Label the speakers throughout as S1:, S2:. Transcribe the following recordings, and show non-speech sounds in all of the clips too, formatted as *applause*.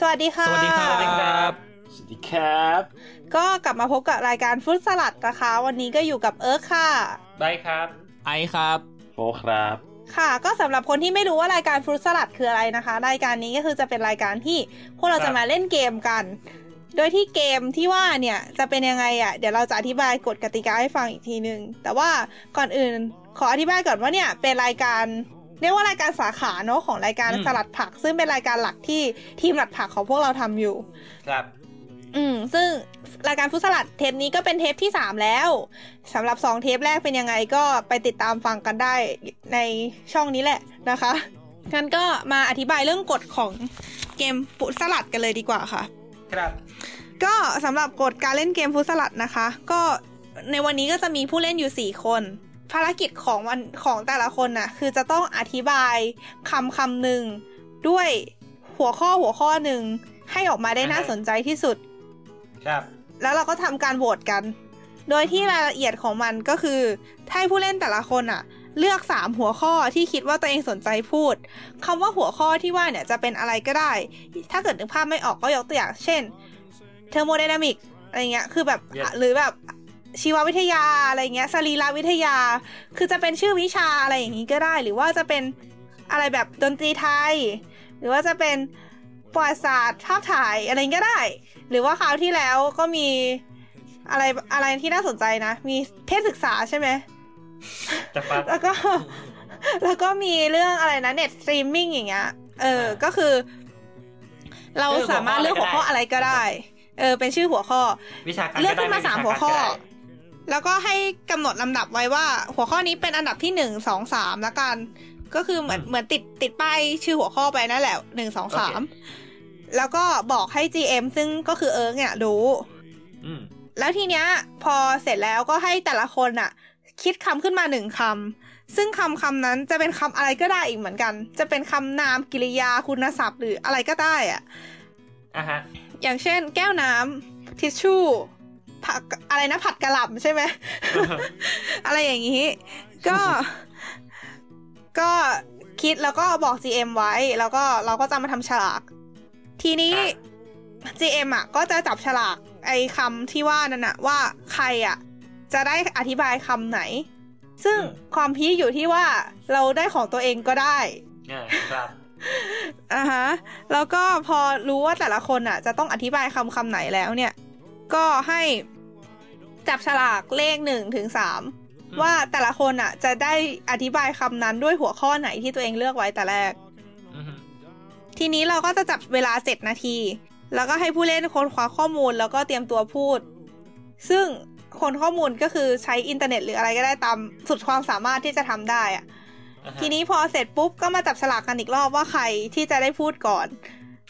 S1: สดีค่ะ
S2: สวัสดีครับ
S3: สวัสดีครับ
S1: ก็กลับมาพบกับรายการฟุตสลัดนะคะ วันนี้ก็อยู่กับเอิร์กค่ะ
S4: ได้ครับ
S2: ไอครับ
S3: โอครับ
S1: ค่ะ ก็สำหรับคนที่ไม่รู้ว่ารายการฟรุตสลัดคืออะไรนะคะ รายการนี้ก็คือจะเป็นรายการที่พวกเรา
S4: ครั
S1: จะ
S4: บ
S1: มาเล่นเกมกัน โดยที่เกมที่ว่าเนี่ยจะเป็นยังไงอะ่ะ เดี๋ยวเราจะอธิบายกฎกติกาให้ฟังอีกทีนึง แต่ว่าก่อนอื่นขออธิบายก่อนว่าเนี่ยเป็นรายการเรียกว่ารายการสาขาเนาะของรายการ
S4: อืม
S1: สลัดผัก ซึ่งเป็นรายการหลักที่ทีมหลัดผักของพวกเราทำอยู่
S4: ครับ
S1: อืม ซึ่งรายการฟุตสลัดเทปนี้ก็เป็นเทปที่ 3 แล้วสำหรับ 2 เทปแรกเป็นยังไงก็ไปติดตามฟังกันได้ในช่องนี้แหละนะคะงั้นก็มาอธิบายเรื่องกฎของเกมฟุตสลัดกันเลยดีกว่าค่ะ
S4: ครับ
S1: ก็สำหรับกฎการเล่นเกมฟุตสลัดนะคะ ก็ในวันนี้ก็จะมีผู้เล่นอยู่ 4 คน ภารกิจของวันของแต่ละคนน่ะคือจะต้องอธิบายคำคำหนึ่งด้วยหัวข้อหัวข้อหนึ่งให้ออกมาได้น่าสนใจที่สุด
S4: ครับ
S1: แล้วเราก็ทำการโหวตกัน โดยที่รายละเอียดของมันก็คือให้ผู้เล่นแต่ละคนอะเลือก 3 หัวข้อที่คิดว่าตัวเองสนใจพูดคำว่าหัวข้อที่ว่าเนี่ยจะเป็นอะไรก็ได้ ถ้าเกิดนึกภาพไม่ออกก็ยกตัวอย่าง เช่น เทอร์โมไดนามิกอะไรเงี้ย คือแบบ
S4: Yes
S1: หรือแบบชีววิทยาอะไรเงี้ย สรีรวิทยา คือจะเป็นชื่อวิชาอะไรอย่างนี้ก็ได้ หรือว่าจะเป็นอะไรแบบดนตรีไทย หรือว่าจะเป็นประวัติศาสตร์ภาพถ่ายอะไรก็ได้ หรือว่าคราวที่แล้วก็มีอะไรอะไรที่น่าสนใจนะ มีเพศศึกษาใช่ไหม
S4: จะฟัด
S1: แล้วก็ *laughs* แล้วก็มีเรื่องอะไรนะเน็ตสตรีมมิ่งอย่างเงี้ย เออ
S4: อ่า
S1: ก็คือ เราสามารถเลือกหัวข้ออะไรก็ได้ เออ เป็นชื่อหัวข้อ
S4: วิชาการ
S1: เลือกขึ้นมา
S4: ได้
S1: สาม
S4: ไช
S1: หัวข้อ
S4: กรก็ได้
S1: แล้วก็ให้กำหนดลำดับไว้ว่า หัวข้อนี้เป็นอันดับที่หนึ่งสองสามละกัน ก็คือเหมือนเหมือนติดติดป้ายชื่อหัวข้อไปนั่นแหละหนึ่งสองสามแล้วก็บอกให้ GM ซึ่งก็คือเอิร์กเนี่ยรู้
S4: อืม
S1: แล้วทีเนี้ยพอเสร็จแล้วก็ให้แต่ละคนอะคิดคำขึ้นมาหนึ่งคำซึ่งคำคำนั้นจะเป็นคำอะไรก็ได้อีกเหมือนกัน จะเป็นคำนามกริยาคุณศัพท์หรืออะไรก็ได้อะ
S4: อ่ะฮะ
S1: อย่างเช่น แก้วน้ำทิชชู่ผักอะไรนะผัดกระหล่ำใช่ไหม *laughs* อะไรอย่างนี้ ก็ ก็คิดแล้วก็บอก GM ไว้ แล้วก็เราก็จะมาทำฉลาก ทีนี้
S4: ครับ
S1: GM อ่ะ ก็จะจับฉลากไอ้คำที่ว่านั่นน่ะ ว่าใครอ่ะ จะได้อธิบายคำไหน ซึ่ง
S4: อืม
S1: ความพีคอยู่ที่ว่าเราได้ของตัวเองก็ได้
S4: อ่าครับ
S1: อ่าฮะแล้วก็พอรู้ว่าแต่ละคนอ่ะ จะต้องอธิบายคำคำไหนแล้วเนี่ย ก็ให้จับฉลากเลขหนึ่งถึงสาม
S4: อืม
S1: ว่าแต่ละคนอ่ะ จะได้อธิบายคำนั้นด้วยหัวข้อไหนที่ตัวเองเลือกไว้แต่แรก
S4: อือฮึ
S1: ทีนี้เราก็จะจับเวลาเจ็ดนาที แล้วก็ให้ผู้เล่นค้นคว้าข้อมูลแล้วก็เตรียมตัวพูด ซึ่งคนข้อมูลก็คือใช้อินเทอร์เน็ตหรืออะไรก็ได้ตามสุดความสามารถที่จะทำได้อ่ะ
S4: อ่าฮะ
S1: ทีนี้พอเสร็จปุ๊บก็มาจับฉลากกันอีกรอบว่าใครที่จะได้พูดก่อน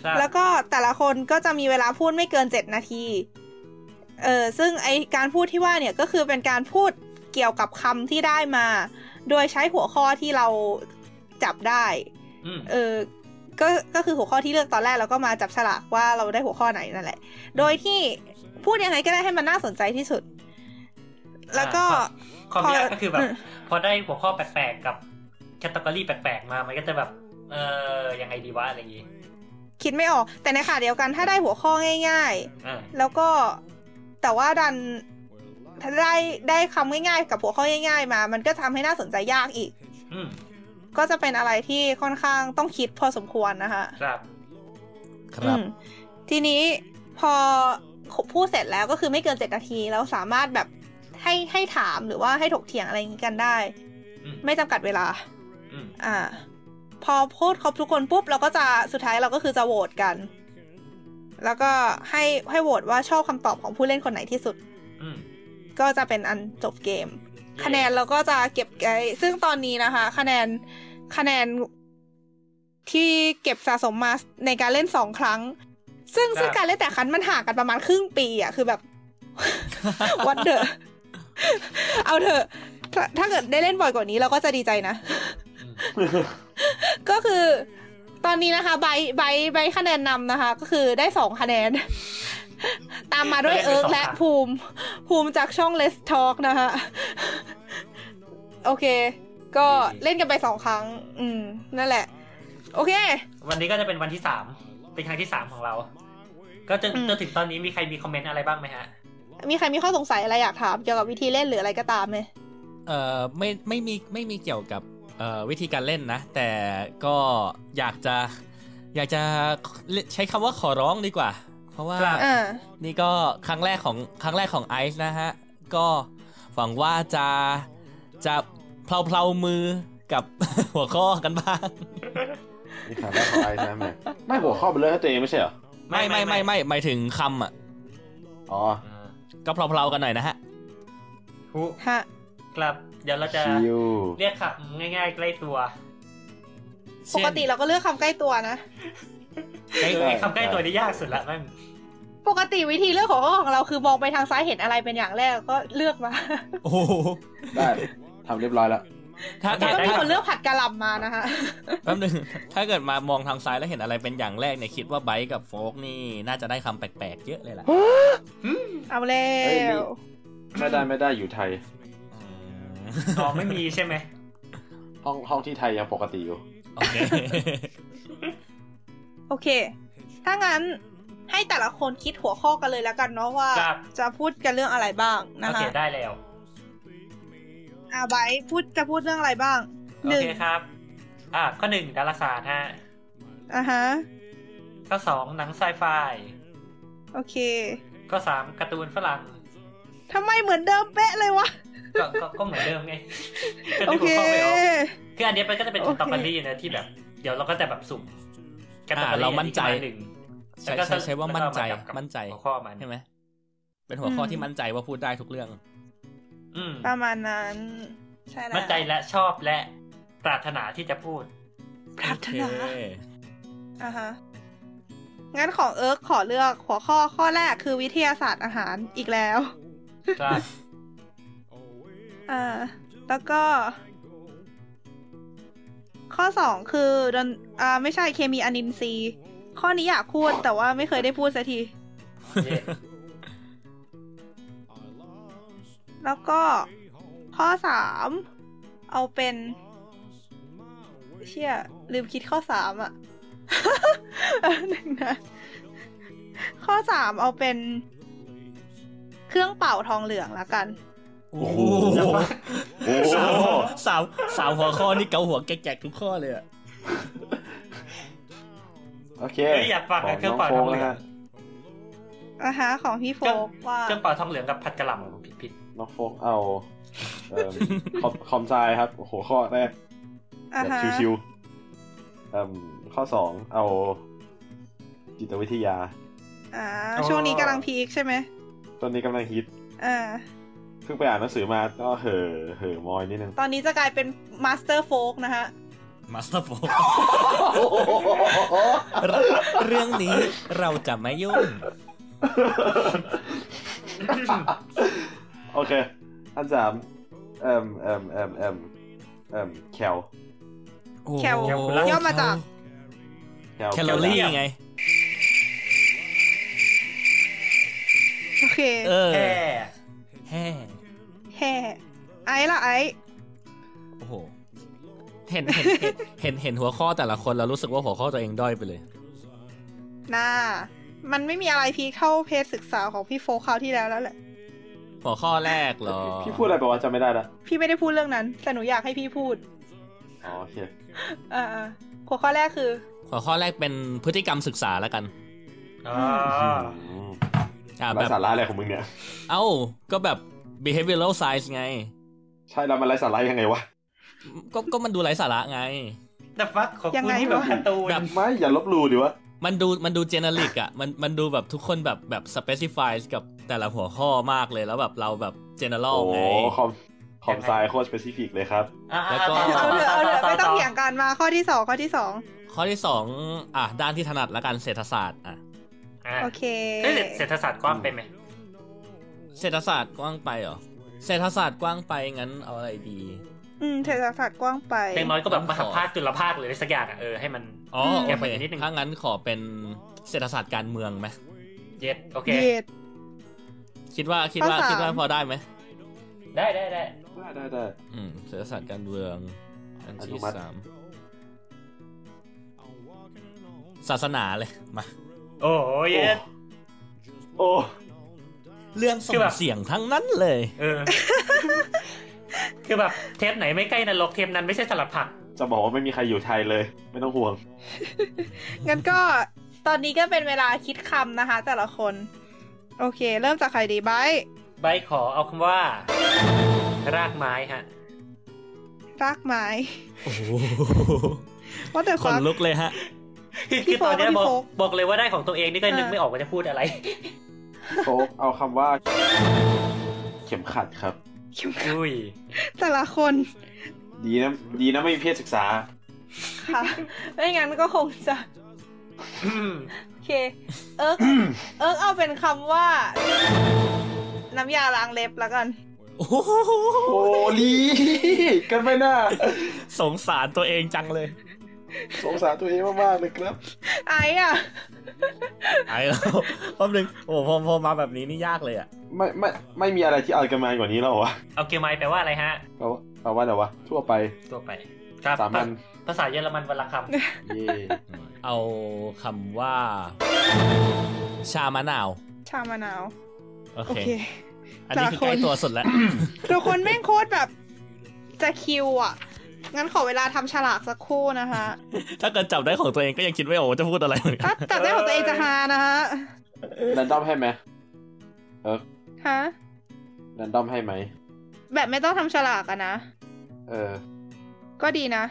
S4: ครับ
S1: แล้วก็แต่ละคนก็จะมีเวลาพูดไม่เกินเจ็ดนาที เออซึ่งไอการพูดที่ว่าเนี่ยก็คือเป็นการพูดเกี่ยวกับคำที่ได้มา โดยใช้หัวข้อที่เราจับได้
S4: อืม
S1: เออก็ก็คือหัวข้อที่เลือกตอนแรกแล้วก็มาจับฉลากว่าเราได้หัวข้อไหนนั่นแหละ โดยที่พูดยังไงก็ได้ให้มันน่าสนใจที่สุด แล้วก็
S4: อ่าความความยากก็คือแบ
S1: อื
S4: บ
S1: ม
S4: พอได้หัวข้อแปลกๆกับแคตตากรีแปลกๆมา มันก็จะแบบ เออยังไงดีวะอะไรอย่างงี้
S1: คิดไม่ออก แต่ในขณะเดียวกันถ้าได้หัวข้อง่าย ๆ
S4: อ่า
S1: แล้วก็แต่ว่าดันถ้าได้ได้คำง่ายๆ กับหัวข้อง่าย ๆ มา มันก็ทำให้น่าสนใจยากอีก
S4: อืม
S1: ก็จะเป็นอะไรที่ค่อนข้างต้องคิดพอสมควรนะคะ
S4: ครับ
S1: อืมทีนี้พอพูดเสร็จแล้วก็คือไม่เกินเจ็ดนาที แล้วสามารถแบบให้ให้ถามหรือว่าให้ถกเถียงอะไรอย่างนี้กันได้
S4: อืม
S1: ไม่จำกัดเวลา
S4: อืม
S1: อ่า พอพูดครบทุกคนปุ๊บเราก็จะสุดท้ายเราก็คือจะโหวตกัน แล้วก็ให้ให้โหวตว่าชอบคำตอบของผู้เล่นคนไหนที่สุด
S4: อืม
S1: ก็จะเป็นอันจบเกม คะแนนเราก็จะเก็บไว้ซึ่งตอนนี้นะคะ คะแนนคะแนนที่เก็บสะสมมาในการเล่นสองครั้ง ซึ่งซึ่งการเล่นแต่ครั้นมันห่างกันประมาณครึ่งปีอ่ะคือแบบ *laughs* วัดเดอเอาเถอะถ้าถ้าเกิดได้เล่นบ่อยกว่านี้เราก็จะดีใจนะ
S4: อืม
S1: ก็คือตอนนี้นะคะ ใบใบใบคะแนนนำนะคะ ก็คือได้สองคะแนน ตามมาด้วยเอิร์กและภูมิ ภูมิจากช่อง Let's Talk นะคะ โอเค ก็เล่นกันไปสองครั้ง อืม นั่นแหละ โอเค
S4: วันนี้ก็จะเป็นวันที่สามเป็นครั้งที่สามของเรา ก็จน
S1: อืม
S4: จนถึงตอนนี้มีใครมีคอมเมนต์อะไรบ้างไหมฮะ
S1: มีใครมีข้อสงสัยอะไรอยากถาม เกี่ยวกับวิธีเล่นหรืออะไรก็ตามไหม
S2: เอ่อไม่ไม่มีไม่มีเกี่ยวกับเอ่อวิธีการเล่นนะ แต่ก็อยากจะอยากจะใช้คำว่าขอร้องดีกว่า เพราะว่า
S4: ครับ
S1: เออ
S2: นี่ก็ครั้งแรกของครั้งแรกของไอซ์นะฮะ ก็หวังว่าจะจะเพลาเพลาๆมือกับ *laughs* หัวข้อกันบ้าง
S3: นี่ขาดแรกของไอซ์นะแม่ไม่หัวข้อเป็นเรื่องให้ตัวเองไม่ใช่เหรอ
S2: ไม่ไม่ไม่ไม่หมายถึงคำอ่ะ
S3: อ๋อ
S4: อืม
S2: ก็เพลาเพลาๆกันหน่อยนะฮะ
S4: ทุ
S1: ฮะ
S4: ครับเดี๋ยวเราจะ
S3: ชิว
S4: เรียกขับง่ายๆใกล้ตัว
S1: ป
S2: เช่น
S1: กติเราก็เลือกคำใกล้ตัวนะ
S2: เอ้ย
S4: ไอ้คำใกล้ตัวนี่ยากสุดละแม่ง
S1: ปกติวิธีเลือกของข้อของเราคือมองไปทางซ้ายเห็นอะไรเป็นอย่างแรกก็เลือกมา
S2: โอ้โห
S3: ได้ทำเรียบร้อยแล้ว
S2: ถ้า
S1: แล้
S2: ถ้า
S1: *laughs* ก็มี
S2: วถ้า
S1: คนเลือกผัดกะหล่ำมานะคะ
S2: แป๊บนึง ถ้าเกิดมามองทางซ้ายแล้วเห็นอะไรเป็นอย่างแรกเนี่ยคิดว่าไบค์กับโฟกนี่น่าจะได้คำแปลกๆเยอะเลยล่ะ
S1: เอาแล้
S3: เอ้ยมี
S1: ว
S3: ไม่ได้ไม่ได้อยู่ไทย
S2: อื *laughs* ม
S4: อ๋อไม่มีใช่ไหม
S3: ห้องห้องที่ไทยยังปกติอยู่
S2: โอเค
S1: โอเค ถ้างั้นให้แต่ละคนคิดหัวข้อกันเลยแล้วกันเนาะว่า
S4: ครับ
S1: จะพูดกันเรื่องอะไรบ้างนะ
S4: โอเค
S1: คะ
S4: ได้แล้ว
S1: อาไบร์ทพูดจะพูดเรื่องอะไรบ้าง
S4: โอ
S1: หนึ่ง
S4: เคครับ อ่ะข้อหนึ่งดาราศาสตร์ฮะ
S1: อ่ะฮะ
S4: ข้อสองหนังไซไฟ
S1: โอเค
S4: ข้อสามการ์ตูนฝรั่ง
S1: ทำไมเหมือนเดิมเป๊ะเลยวะ
S4: ก็ก็ก็เหมือนเดิมไงก็
S1: โอ
S4: นึ
S1: เค
S4: กหัวข้อไม่ออกคืออันเนี้ยมันก็จะเป็น
S1: โอเค
S4: ตอกรีนะที่แบบ เดี๋ยวเราก็จะแบบสุ่มแคตตก
S2: อ่าเรามั่นใจ
S4: อัที่มาหนึ่ง
S2: ใช้
S4: แล้วก็
S2: ใช้ใช้ว่ามั่นใจ
S4: แล้วก็าจับกับ
S2: มั่นใจ
S4: หัวข้อมัน
S2: ใช่ไหมเป็นหัวข้อที่มั่นใจว่าพูดได้ทุกเรื่อง
S4: อืม
S1: ประมาณนั้น ใช่แล้ว
S4: มั่นใจและชอบและปรารถนาที่จะพูด
S1: ปรารถนา
S2: โอเค
S1: อ่าฮะ งั้นของเอิร์กขอเลือกหัวข้อข้อแรกคือวิทยาศาสตร์อาหารอีกแล้ว
S4: ครับ
S2: *laughs*
S1: อ่า แล้วก็ ข้อสองคือดนอ่าไม่ใช่เคมีอนินทรีย์ ข้อนี้อยากพูดแต่ว่าไม่เคยได้พูดสักที
S4: เย้
S1: แล้วก็ข้อสามเอาเป็น เชี่ยลืมคิดข้อสามอะ *laughs* หนึ่งนะข้อสามเอาเป็น เครื่องเป่าทองเหลืองละกัน
S2: โอ้โห
S4: แล้วก็
S3: โอ้โห
S2: สาวสาวสาวหัวข้อนี่เกาหัวแกกๆทุกข้อเลยอะ
S3: โอเค
S4: เฮ้ยอยากฟังนะเครื่องเป่าทองเหลือง
S1: นะคะของพี่โฟกว่า
S4: เครื่องเป่าทองเหลืองกับผัดกะหล่ำผิดผิด
S3: น้องโฟกเอาเอิ่มคอมคอมไซายครับหัวข้อแรก
S1: อ่า
S3: แบบ
S1: ฮะ
S3: ชิวๆเอิ่มข้อสองเอา จิตวิทยา
S1: อ่า ช่วงนี้กำลังพีคใช่ไหม
S3: ตอนนี้กำลังฮิต
S1: อ่า
S3: เพิ่งไปอ่านหนังสือมาก็เห่อเห่อมอยนิด
S1: *laughs*
S3: นึง
S1: ตอนนี้จะกลายเป็นมาสเตอร์โฟกนะฮะ
S2: มาสเตอร์โฟเรื่องนี้เราจะไม่ยุ่ง
S3: โอเค อันสามเอิ่มเอิ่มเอิ่มเอิ่มเอิ่มแคล
S2: โอ้โห
S1: แคลย่อมาจาก
S3: แคล
S2: แคลอรี่ไง
S1: โอเค
S2: เออ
S4: แค่
S2: แฮ่
S1: แฮ่ไอ้ละไอ้
S2: โอ้โหเห็นเห็นเห็นเห็นเห็นหัวข้อแต่ละคนแล้วรู้สึกว่าหัวข้อตัวเองด้อยไปเลย
S1: น่า มันไม่มีอะไรพีคเท่าเพจศึกษาของพี่โฟกคราวที่แล้วแล้วแหละ
S2: หัวข้อแรกเหรอ
S3: พี่พูดอะไรบอกว่าจำไม่ได้ละ
S1: พี่ไม่ได้พูดเรื่องนั้น แต่หนูอยากให้พี่พูด
S3: อ๋อโอเค
S1: อ่าหัวข้อแรกคือ
S2: หัวข้อแรกเป็นพฤติกรรมศึกษาแล้วกัน
S4: อ๋อ
S3: อืม
S2: อ่าแบ
S3: ไร้
S2: บ
S3: สาระอะไรของมึงเนี่ย
S2: เอ้าก็แบบ behavioral science ไง
S3: ใช่แล้วมันไร้สาระยังไงวะ
S2: ก็ก็มันดูไร้สาระไง
S4: แต่ฟักของ
S1: ยัง
S4: คุณ
S1: ไง
S4: นี่แบบ
S1: วะ
S4: การ์ตูน
S2: แบบ
S3: ไม่ อย่าลบหลูดิวะ
S2: มันดูมันดูเจเนริกอ่ะมันมันดูแบบทุกคนแบบแบบสเปซิฟายกับแต่ละหัวข้อมากเลยแล้วแบบเราแบบเจเนอรั
S3: โอ้
S2: ลไง
S3: คอมคอมไซโคตรสเปซิฟิกเลยครับ
S4: อ่ะ
S2: แล้วก็
S4: ต่
S1: เอาเถอะเอาเถอะไม่ต้องเถียง
S4: ต่
S1: กันมาข้อที่สองข้อที่สอง
S2: ข้อที่สองอ่ะ ด้านที่ถนัดละกันเศรษฐศาสตร์อ่ะ
S4: อ่ะ
S1: โอเค
S4: เฮ้ยเศรษฐศาสตร์กว้างไปไหม
S2: เศรษฐศาสตร์กว้างไปเหรอเศรษฐศาสตร์กว้างไปงั้นเอาอะไรดี
S1: อืมเศรษฐศาสตร์กว้างไป
S4: อย่างน้อยก็แบบมหา
S2: ขอ
S4: ภาคจุลภาคหรืออะไรสักอย่างอะเออให้มัน
S2: อ๋อ
S1: อืม
S2: โอ
S4: แก้ปั
S2: เค
S4: ญหานิดนึง
S2: ถ้างั้นขอเป็นเศรษฐศาสตร์การเมืองไหม
S4: เย็ดโอเค
S1: เย็ด
S2: คิดว่าคิดว่า
S1: ข้อสาม
S2: คิดว่าพอได้ไหม
S4: ได้ได้ได้
S3: ได้ได้ได้
S2: อืมเศรษฐศาสตร์การเมืองอัน
S3: อนุ
S2: ที่
S3: มัติ
S2: สามศาสนาเลยมา
S4: โอ้โหเย็ด
S3: โอ้
S2: เรื่องส่
S4: คือง แบบ
S2: เสียงทั้งนั้นเลย
S4: เออ คือแบบเทปไหนไม่ใกล้นรกเทปนั้นไม่ใช่สลัดผัก
S3: จะบอกว่าไม่มีใครอยู่ไทยเลย ไม่ต้องห่วง
S1: งั้นก็ตอนนี้ก็เป็นเวลาคิดคำนะคะ แต่ละคน โอเค เริ่มจากใครดีไบร์ท
S4: ใบขอเอาคำว่า รากไม้ฮะ
S1: รากไม้
S2: โอ้โห
S1: ว่าแต่
S2: ขนลุกเลยฮะ
S1: พี่
S4: คือตอนเนี้ย
S1: โฟก
S4: บ
S1: ส์พี่โฟ
S4: อก
S1: กส์
S4: บอกเลยว่าได้ของตัวเองนี่ก็นึก
S1: อ่า
S4: ไม่ออกว่าจะพูดอะไร
S3: โฟกเอาคำว่า เข็มขัดครับ
S4: อุ้ย
S1: แต่ละคน
S3: ดีนะ ดีนะไม่มีเพศศึกษา
S1: ค่ะ *laughs* ไม่งั้นก็คงจะ โอเค เอิร์ก *coughs* เอิร์กเอาเป็นคำว่า น้ำยาล้างเล็บแล้วกัน
S2: โอ้โห
S3: โอ้ลีกันไม่น่า
S2: สงสารตัวเองจังเลย
S3: สงสารตัวเองมากๆเลยครับ
S1: ไอ้อะ
S2: ไอ้แล้วแป๊บนึงโอ้โหพอพอมาแบบนี้นี่ยากเลยอ่ะ
S3: ไม่ไม่ไม่มีอะไรที่เอากันมากว่านี้แล้วเหรอวะ
S4: เอาเกมไม้แปลว่าอะไรฮะ
S3: เอาเอาว่าแต่ว่าทั่วไป
S4: ตัวไป ครับ
S3: สามัญ
S4: ภาษาเยอรมันวันละค
S3: เย่
S2: เอาคำว่า ชามะนาว
S1: ชามะนาว
S2: โอ
S1: โอ
S2: เค
S1: เค
S2: อันนี้คือใกล้ตัวสุด *laughs* แล้ว
S1: ทุกคนแม่งโคตรแบบ จะคิวอ่ะ งั้นขอเวลาทำฉลากสักครู่นะคะ
S2: ถ้าเกิดจับได้ของตัวเองก็ยังคิดไม่ออกว่าจะพูดอะไรเหมือนกั
S1: ถ้านจับได้ของตัวเองจะฮานะฮะ
S3: แรนดอมให้ไหม
S1: ฮะ
S3: แรนดอมให้ไหม
S1: แบบไม่ต้องทำฉลากอะนะ
S3: เออ
S1: ก็ดีนะ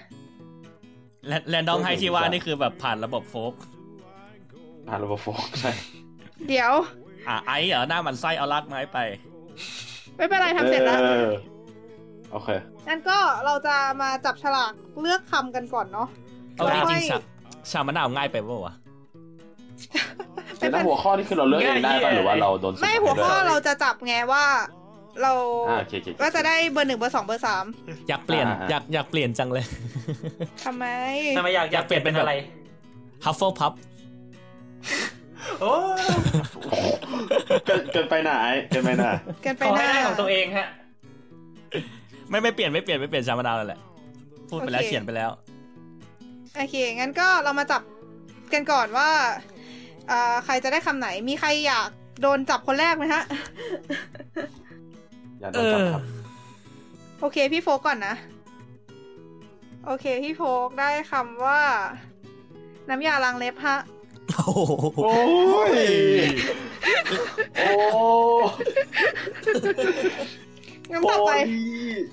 S2: แรนแรนดอมให้ที่ว่านี่คือแบบผ่านระบบโฟก
S3: ผ่านระบบโฟกใช่
S1: เดี๋ยว
S2: อ่ะไอ้เหรอหน้ามันไส้เอาลากไม้ไป
S1: ไม่เป็นไรทำเสร็จแล้ว
S3: ออโอเค
S1: งั้นก็เราจะมาจับฉลากเลือกคำกันก่อนเนาะ
S2: เอาจริง
S1: ไม่
S2: ๆชาชามะนาวง่ายไปเปล่าวะ
S3: แต่ถ้าหัวข้อนี่คือเราเลือกเองได้ป่ะหรือว่าเราโดนสุ่
S1: ไม่
S3: ให้
S1: หัวข้อ
S3: ด้วย
S1: เราจะจับไงว่า เรา
S3: อ่าโอเคโอเคโอเค
S1: ว่าจะได้เบอร์หนึ่งเบอร์สองเบอร์สาม
S2: อยากเปลี่ยน
S3: อ่า
S2: อยากอยากเปลี่ยนจังเลย
S1: ทำไม
S4: ำทำไมอยากอยากเปลี่ยนเป็นอะไร
S2: ฮัฟเฟิลพับ
S4: โอ้
S3: เกินเกินไปหนาไอ้เกินไปหนา
S1: เกันไป
S4: ขอ
S1: ห
S4: ให้
S1: น้า
S4: ได้ของตัวเองฮะ
S2: ไม่ไม่เปลี่ยนไม่เปลี่ยนไม่เปลี่ยนชามะนาวนั่นแหละ พูดไปแล้ว
S1: โอเค
S2: เขียนไปแล้ว
S1: โอเค งั้นก็เรามาจับกันก่อนว่าเอ่อใครจะได้คำไหน มีใครอยากโดนจับคนแรกไหมฮะ
S3: อย่าโด
S2: เอน
S3: จับ
S2: อ
S3: ครับ
S1: โอเค พี่โฟกก่อนนะ โอเค พี่โฟกได้คำว่า น้ำยาล้างเล็บฮะ
S2: โอ้โห
S3: โอ้ย โอ้
S1: งั้นต่อไป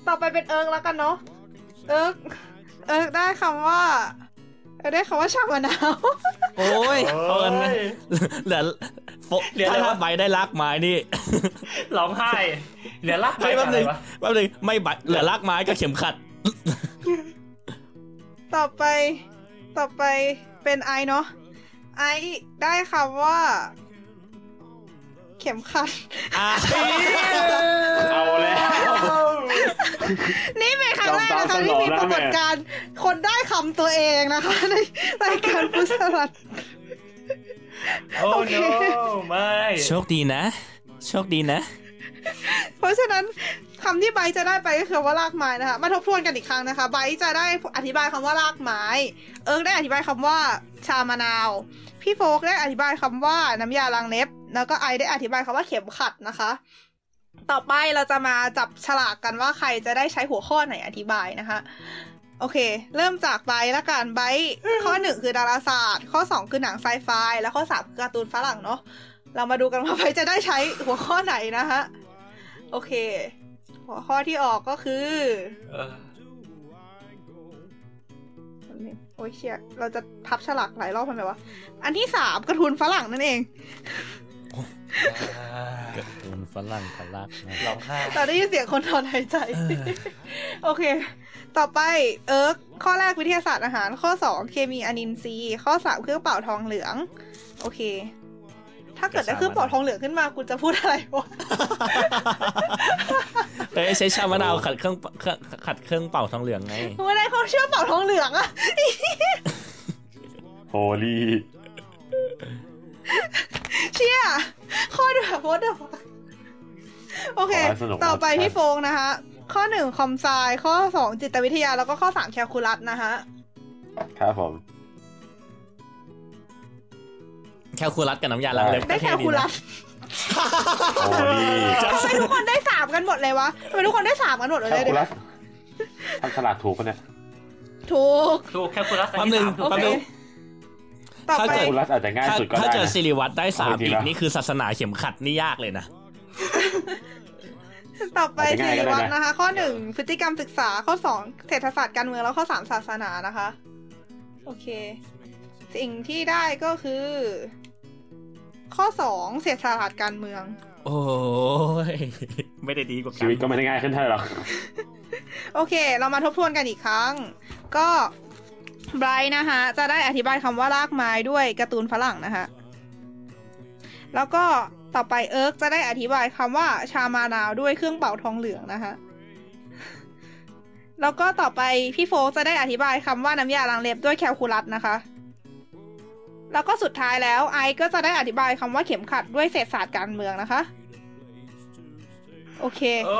S1: ต่อไปเป็นเอิร์กแล้วกันเนาะ เอิร์กเอิร์กได้คำว่าเอิร์กได้คำว่าชามะนาว
S2: โอ้ย
S4: โอ้ย
S2: เอิญเหลือโฟ
S4: เหลืออะไระ
S2: ถ้าวถ้าใบได้ลากไม้นี่
S4: ร้องไห้เดี๋ยวรักไป
S2: เฮ้ย
S4: กันอะ
S2: แป๊บนึ
S4: ไรง วะ
S2: แป๊บนึงไม่ใบเหลือลากไม้ก็เข็มขัด
S1: ต่อไป ต่อไปเป็นไอเนาะ ไอได้คำว่า เข็มขัด
S2: อ่ะ
S3: เอาแล้ว
S1: นี่เป็นครั้งแรกนะคะที่มีปรากฏการณ์คนได้คำตัวเองนะคะ ในรายการพุทธสลัด
S4: โอ้
S1: โอเค
S4: no ไม่
S2: โชคดีนะ โชคดีนะ
S1: เพราะฉะนั้นคำที่ไบร์ทจะได้ไปก็คือว่ารากไม้นะคะ มาทบทวนกันอีกครั้งนะคะไบร์ทจะได้อธิบายคำว่ารากไม้ เอิร์กได้อธิบายคำว่าชามะนาว พี่โฟกได้อธิบายคำว่าน้ำยาล้างเล็บ แล้วก็ไอได้อธิบายคำว่าเข็มขัดนะคะ ต่อไปเราจะมาจับฉลากกันว่าใครจะได้ใช้หัวข้อไหนอธิบายนะคะ โอเค เริ่มจากไบร์ทละกันไบร์ทข้อหนึ่งคือดาราศาสตร์ ข้อสองคือหนังไซไฟแล้วข้อสามคือการ์ตูนฝรั่งเนาะเรามาดูกันว่าไบร์ทจะได้ใช้หัวข้อไหนนะคะ โอเค หัวข้อที่ออกก็คือ
S4: เออ
S1: โอ้ยเชียเราจะพับฉลากหลายรอบทำไมวะ อันที่สามกระทุนฝรั่งนั่นเอง
S2: เกิดตูนฝรั่งกับลากไม้
S4: ร้องไห้
S1: เราได้ยินเสียงคนถอนหายใจ โอเค ต่อไปเอิร์กข้อแรกวิทยาศาสตร์อาหาร ข้อสองเคมีอนินทรีย์ ข้อสามเครื่องเป่าทองเหลือง โอเค ถ้าเกิดได้เครื่องเป่าทองเหลืองขึ้นมากูจะพูดอะไรวะ
S2: เอ้ยใช้ชามะนาวขัดเครื่องเครื่องขัดเครื่องเป่าทองเหลืองไง
S1: กูได้เขาเชื่อเป่าทองเหลืองอะ
S3: โฮลี่
S1: เชี่ยโคตรแบบโคตรโอเค
S3: ขอให้สนุก
S1: ต่อไป
S3: ครับ
S1: พี่โฟงนะคะ ข้อหนึ่งคอมไซข้อสองจิตวิทยาแล้วก็ข้อสามแคลคูลัสนะคะ
S3: ครับผม
S2: แคลคูลัสกับน้ำยาล้างเล็บ
S1: ได้
S2: ก็
S1: แค
S2: เท่
S1: ล
S2: ดี
S1: คูลั
S2: นะ
S1: ส
S3: โอ้ดี
S1: ทำไมทุกคนได้สามกันหมดเลยวะทำไมทุกคนได้สามกันหมดเลย
S3: แคลคู
S1: เดี๋ยว
S3: ลั
S1: นะ
S3: สทำฉลากถูกปะเนี่ย
S1: ถูก
S4: ถูกแคลคูลัสอัน
S2: แป๊บนึ
S1: โอเคต่อ
S4: ที่สามถูก
S2: งแป๊บนึงถ้า
S1: ไป
S3: แคล
S2: เกิด
S3: คูลัสอาจจะง่าย
S2: ถ้า
S3: สุดก็
S2: ถ้า
S3: ได้
S2: เกิด
S3: นะ
S2: สิริวัตรได้สาม
S3: เอาดี
S2: อีก
S3: นะ
S2: นี่คือศาสนาเข็มขัดนี่ยากเลยนะ
S1: ต่อไป
S3: อาจจะ
S1: สิ
S3: ง่ายก็
S1: ริ
S3: ได้นะ
S1: วัฒน์นะคะ ข้อหนึ่งพฤติกรรมศึกษาข้อสองเศรษฐศาสตร์การเมืองแล้วข้อสามศาสนานะคะ โอเค สิ่งที่ได้ก็คือ ข้อสองเศรษฐศาสตร์การเมือง
S2: โอ้ย ไม่ได้ดีกว่ากั
S3: ชี
S2: น
S3: วิตก็ไม่ได้ง่ายขึ้นเท่าไหร่หรอก
S1: โอเค เรามาทบทวนกันอีกครั้ง ก็ไบรท์นะคะ จะได้อธิบายคำว่ารากไม้ด้วยการ์ตูนฝรั่งนะคะ แล้วก็ต่อไปเอิร์กจะได้อธิบายคำว่าชามานาวด้วยเครื่องเป่าทองเหลืองนะคะ แล้วก็ต่อไปพี่โฟกซ์จะได้อธิบายคำว่าน้ำยาล้างเล็บด้วยแคลคูลัสนะคะ แล้วก็สุดท้ายแล้วไอซ์ก็จะได้อธิบายคำว่าเข็มขัดด้วยเศรษฐศาสตร์การเมืองนะคะ โอเค
S4: โอ้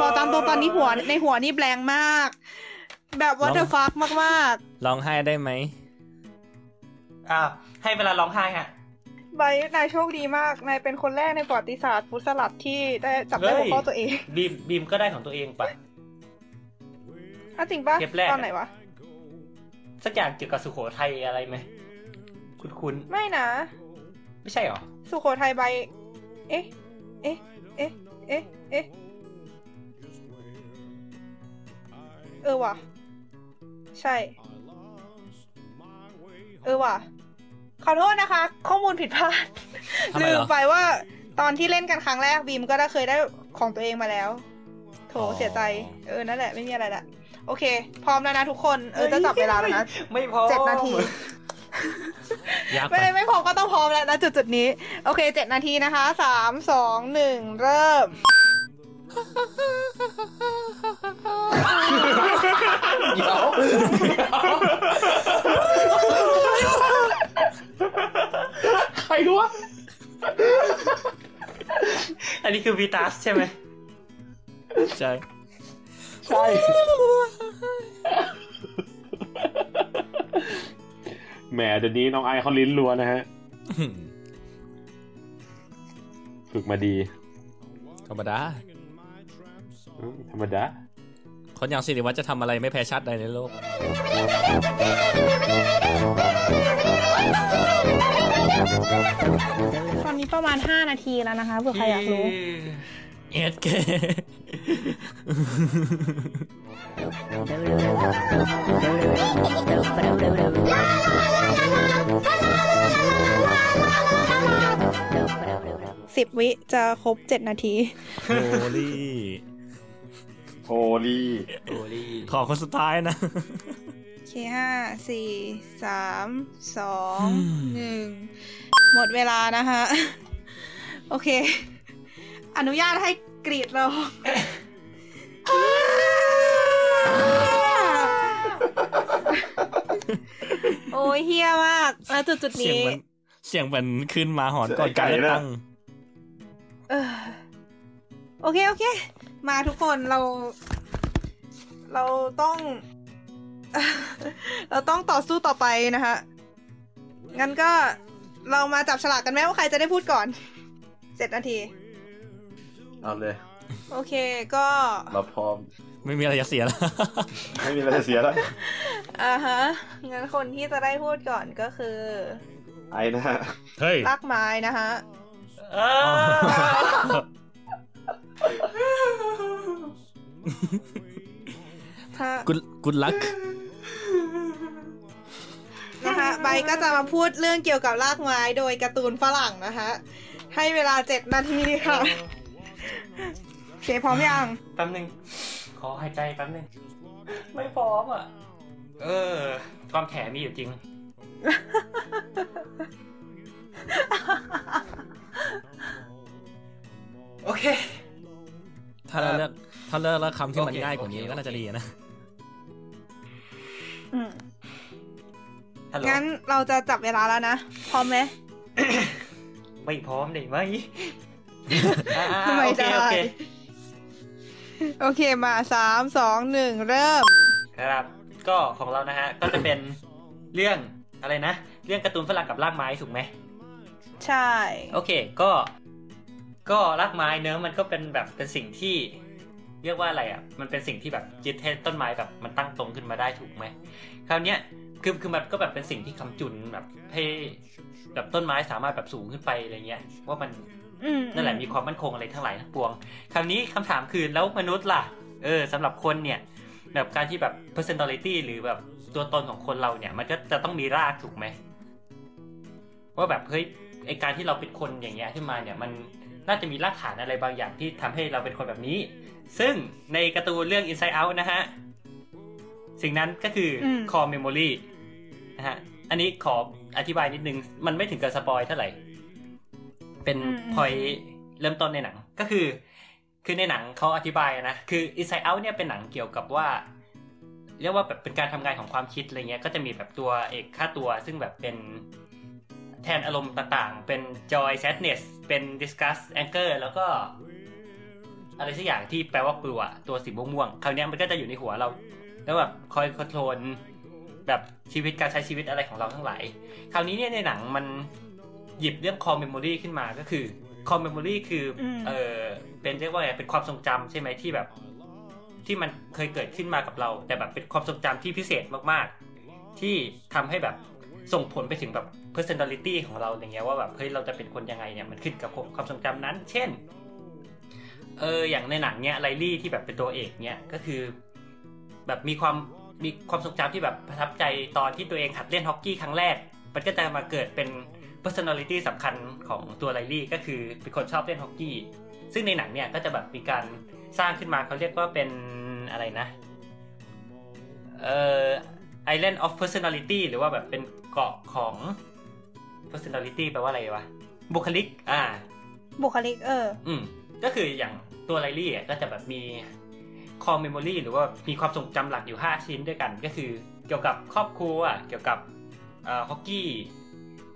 S1: บอกตามตรงตอนนี้หัวในหัวนี่แบลงมาก แบบว่าเดอะฟักมาก
S2: ร้องไห้ได้ไหม
S4: อ้าวให้เวลาร้องไห้ฮะ
S1: ๆไบร์ทนายโชคดีมาก นายเป็นคนแรกในประวัติศาสตร์ฟุตสลัดที่ได้จับได้
S4: เฮ้
S1: หัวย ข้อตัวเอง
S4: บีมบีมก็ได้ของตัวเองปะ
S1: ถ้าวจริงปะ
S4: เทปแรก
S1: ตอนไหนวะ
S4: สักอย่างเกี่ยวกับสุโขทัยอะไรไหมคุณคุณ
S1: ไม่นะ
S4: ไม่ใช่หรอ
S1: สุโขทัยไบร์ทเอ๊ะ เอ๊ะ เอ๊ะ เอ๊ะ เอ๊ะ เออว่ะ ใช่ เออว่ะ ขอโทษนะคะ ข้อมูลผิดพลาด
S2: ทำไมเหรอ
S1: ลืมไปว่าตอนที่เล่นกันครั้งแรกบีมก็ได้เคยได้ของตัวเองมาแล้ว โถเสียใจ เออ นั่นแหละไม่มีอะไรละโอเค พร้อมแล้วนะทุกคน เออจะจับเวลาแล้วนะ
S4: ไม่พอ
S1: เจ็ดนาที
S2: ยากไป
S1: ไม่ได้ไม่พร้อมก็ต้องพร้อมแล้วนะจุดจุดๆนี้ โอเคเจ็ดนาทีนะคะสามสองหนึ่งเริ่ม
S3: เดี๋ยวใครรู้วะ
S4: อันนี้คือวีตัสใช่ไหม
S2: ใช่
S3: ใช่แหมเดี๋ยวนี้น้องไอเขาลิ้นรัวนะฮะ ฝึกมาดี
S2: ธรรมดา
S3: อืมธรรมดา
S2: คนอย่างสิริวัตรจะทำอะไรไม่แพ้ชาติใดในโลก
S1: ตอนนี้ประมาณ 5 นาทีแล้วนะคะเผื่อใครอยากรู้
S2: เอ็ดเก
S1: 10 วิจะครบ 7 นาที
S2: โอลี่
S3: โอลี่
S4: โอลี่
S2: ขอคนสุดท้ายนะ
S1: โอเคห้าสี่สามสองหนึ่งหมดเวลานะคะ *laughs* โอเค อนุญาตให้กรีด *laughs* เรา โอ้ยเฮี้ยมาก แล้วจุดจุดๆ
S2: เสียง
S1: นี้
S2: เหมือนเสียงเหมือนขึ้นมาหอนก่อนการเลือกตั้ง
S1: เออโอเค โอเค มาทุกคนเรา เราต้อง *laughs* เราต้องต่อสู้ต่อไปนะคะงั้นก็เรามาจับฉลากกันไหมว่าใครจะได้พูดก่อนเจ็ดนาที
S3: เอาเลย
S1: โอเคก็
S3: เราพร้อม
S2: ไม่มีอะไรจะเสียแล้ว
S3: ไม่มีอะไรจะเสียแล้ว
S1: อ่าฮะงั้นคนที่จะได้พูดก่อนก็คือ
S3: ไอนะฮะ
S2: เฮ้ย
S1: ลากไม้นะคะ
S4: เออ
S1: ถ้า
S2: กุดกุดลัก
S1: นะคะใบก็จะมาพูดเรื่องเกี่ยวกับลากไม้โดยการ์ตูนฝรั่งนะคะให้เวลาเจ็ดนาทีค่ะโอเคพร้อมยัง
S4: แป๊บนึง ขอหายใจแป๊บนึง ไม่พร้อมอ่ะ เออ ความแผลมีอยู่จริง โอเค
S2: ถ้าเราเลือกถ้าเลือกแล้วคำที่มัน
S4: โอเค
S2: ง่ายกว่านี้
S4: โอเค
S2: ก็น่าจะดีนะ
S1: อืม
S4: ฮัลโหล
S1: งั้นเราจะจับเวลาแล้วนะ พร้อมไหม
S4: ไม่พร้อม
S1: *laughs*
S4: ได้ไหมอ่า
S1: ไม่
S4: โอเค
S1: ได้
S4: โอเค
S1: โอเคมาสามสองหนึ่งเริ่ม
S4: ครับ ก็ของเรานะฮะ ก็จะเป็นเรื่องอะไรนะ เรื่องการ์ตูนฝรั่งกับรากไม้ถูกไหม
S1: ใช่
S4: โอเค ก็ ก็รากไม้เนื้อะมันก็เป็นแบบเป็นสิ่งที่ เรียกว่าอะไรอ่ะ มันเป็นสิ่งที่แบบยึดให้ต้นไม้แบบมันตั้งตรงขึ้นมาได้ถูกไหมคราวเนี้ยคือคือมันก็แบบเป็นสิ่งที่คำจุนแบบให้แบบต้นไม้สามารถแบบสูงขึ้นไปอะไรเงี้ยว่ามัน
S1: อืม
S4: นั่นแหละมีความมั่นคงอะไรทั้งหลายทั้งปวงคำนี้คำถามคือแล้วมนุษย์ล่ะ เออสำหรับคนเนี่ย แบบการที่แบบ personality หรือแบบตัวตนของคนเราเนี่ย มันก็จะต้องมีรากถูกไหมว่าแบบเฮ้ยไอการที่เราเป็นคนอย่างเงี้ยขึ้นมาเนี่ย มันน่าจะมีรากฐานอะไรบางอย่างที่ทำให้เราเป็นคนแบบนี้ ซึ่งในการ์ตูนเรื่อง Inside Out นะฮะ สิ่งนั้นก็คืออ
S1: ม
S4: core memory นะฮะอันนี้ขออธิบายนิดนึง มันไม่ถึงกับสปอยเท่าไหร่ เป็น
S1: อืมอืม
S4: พอยเริ่มต้นในหนังก็คือ คือในหนังเขาอธิบายนะ คือ Inside Out เนี่ยเป็นหนังเกี่ยวกับว่า เรียกว่าแบบเป็นการทำงานของความคิดอะไรเงี้ย ก็จะมีแบบตัวเอกค่าตัว ซึ่งแบบเป็นแทนอารมณ์ต่างๆ เป็น joy sadness เป็น disgust anger แล้วก็ อะไรสักอย่างที่แปลว่ากลัวตัวสีม่วงๆคราวเนี้ยมันก็จะอยู่ในหัวเรา แล้วแบบคอยควบคุมแบบชีวิตการใช้ชีวิตอะไรของเราทั้งหลาย คราวนี้เนี่ยในหนังมันหยิบเรื่อง core memory ขึ้นมาก็คือ core memory คืออ
S1: ม
S4: เออเป็นเรียกว่าไงเป็นความทรงจำใช่ไหมที่แบบ ที่มันเคยเกิดขึ้นมากับเรา แต่แบบเป็นความทรงจำที่พิเศษมากๆ ที่ทำให้แบบส่งผลไปถึงแบบ personality ของเราอย่างเงี้ยว่าแบบเฮ้ยเราจะเป็นคนยังไงเนี่ยมันขึ้นกับความทรงจำนั้น เช่น เอออย่างในหนังเนี้ยไลลี่ที่แบบเป็นตัวเอกเนี่ยก็คือ แบบมีความมีความทรงจำที่แบบประทับใจตอนที่ตัวเองหัดเล่นฮอกกี้ครั้งแรก มันก็จะมาเกิดเป็น personality สำคัญของตัวไลลี่ก็คือเป็นคนชอบเล่นฮอกกี้ ซึ่งในหนังเนี่ยก็จะแบบมีการสร้างขึ้นมาเขาเรียกว่าเป็นอะไรนะ เอ่อ Island of Personality หรือว่าแบบเป็นเกาะของ personality แปลว่าอะไรวะ บุคลิก อ่า
S1: บุคลิกเออ
S4: อืมก็คืออย่างตัวไลลี่อ่ะก็จะแบบมีคอมเมมโมรีหรือว่ามีความทรงจำหลักอยู่ 5 ชิ้นด้วยกันก็คือเกี่ยวกับครอบครัว เกี่ยวกับเอ่อฮอกกี้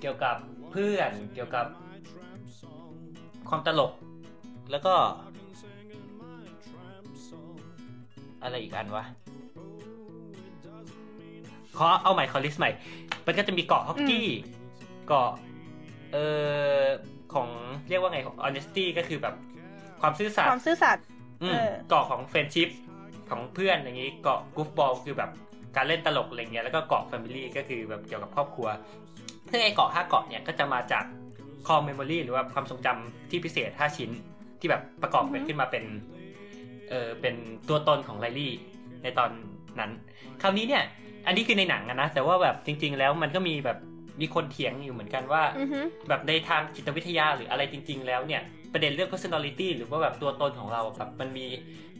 S4: เกี่ยวกับเพื่อน เกี่ยวกับความตลก แล้วก็ อะไรอีกอันวะ ขอเอาใหม่ขอลิสต์ใหม่ มันก็จะมีเกาะฮอกกี้ เกาะ เอ่อของเรียกว่าไง honesty ก็คือแบบความซื่อสัต
S1: ค
S4: ย์
S1: วามซื่อสัตย์
S4: อืม
S1: เออ
S4: เกาะของเฟรนชิพของเพื่อนอย่างนี้เกาะกรุ๊ปบอลคือแบบการเล่นตลกอะไรเงี้ยแล้วก็เกาะแฟมิลี่ก็คือแบบเกี่ยวกับครอบครัวซึ่งไอเกาะห้าเกาะเนี่ยก็จะมาจากคอมเมมโมรีหรือว่าความทรงจำที่พิเศษห้าชิ้นที่แบบประกอบเป็นขึ้นมาเป็นเออเป็นตัวตนของไลลี่ในตอนนั้น คราวนี้เนี่ย อันนี้คือในหนังอะนะ แต่ว่าแบบจริง ๆ แล้วมันก็มีแบบมีคนเถียงอยู่เหมือนกันว่า
S1: อือฮึ
S4: แบบในทางจิตวิทยาหรืออะไรจริง ๆ แล้วเนี่ย ประเด็นเรื่อง personality หรือว่าแบบตัวตนของเราแบบมันมี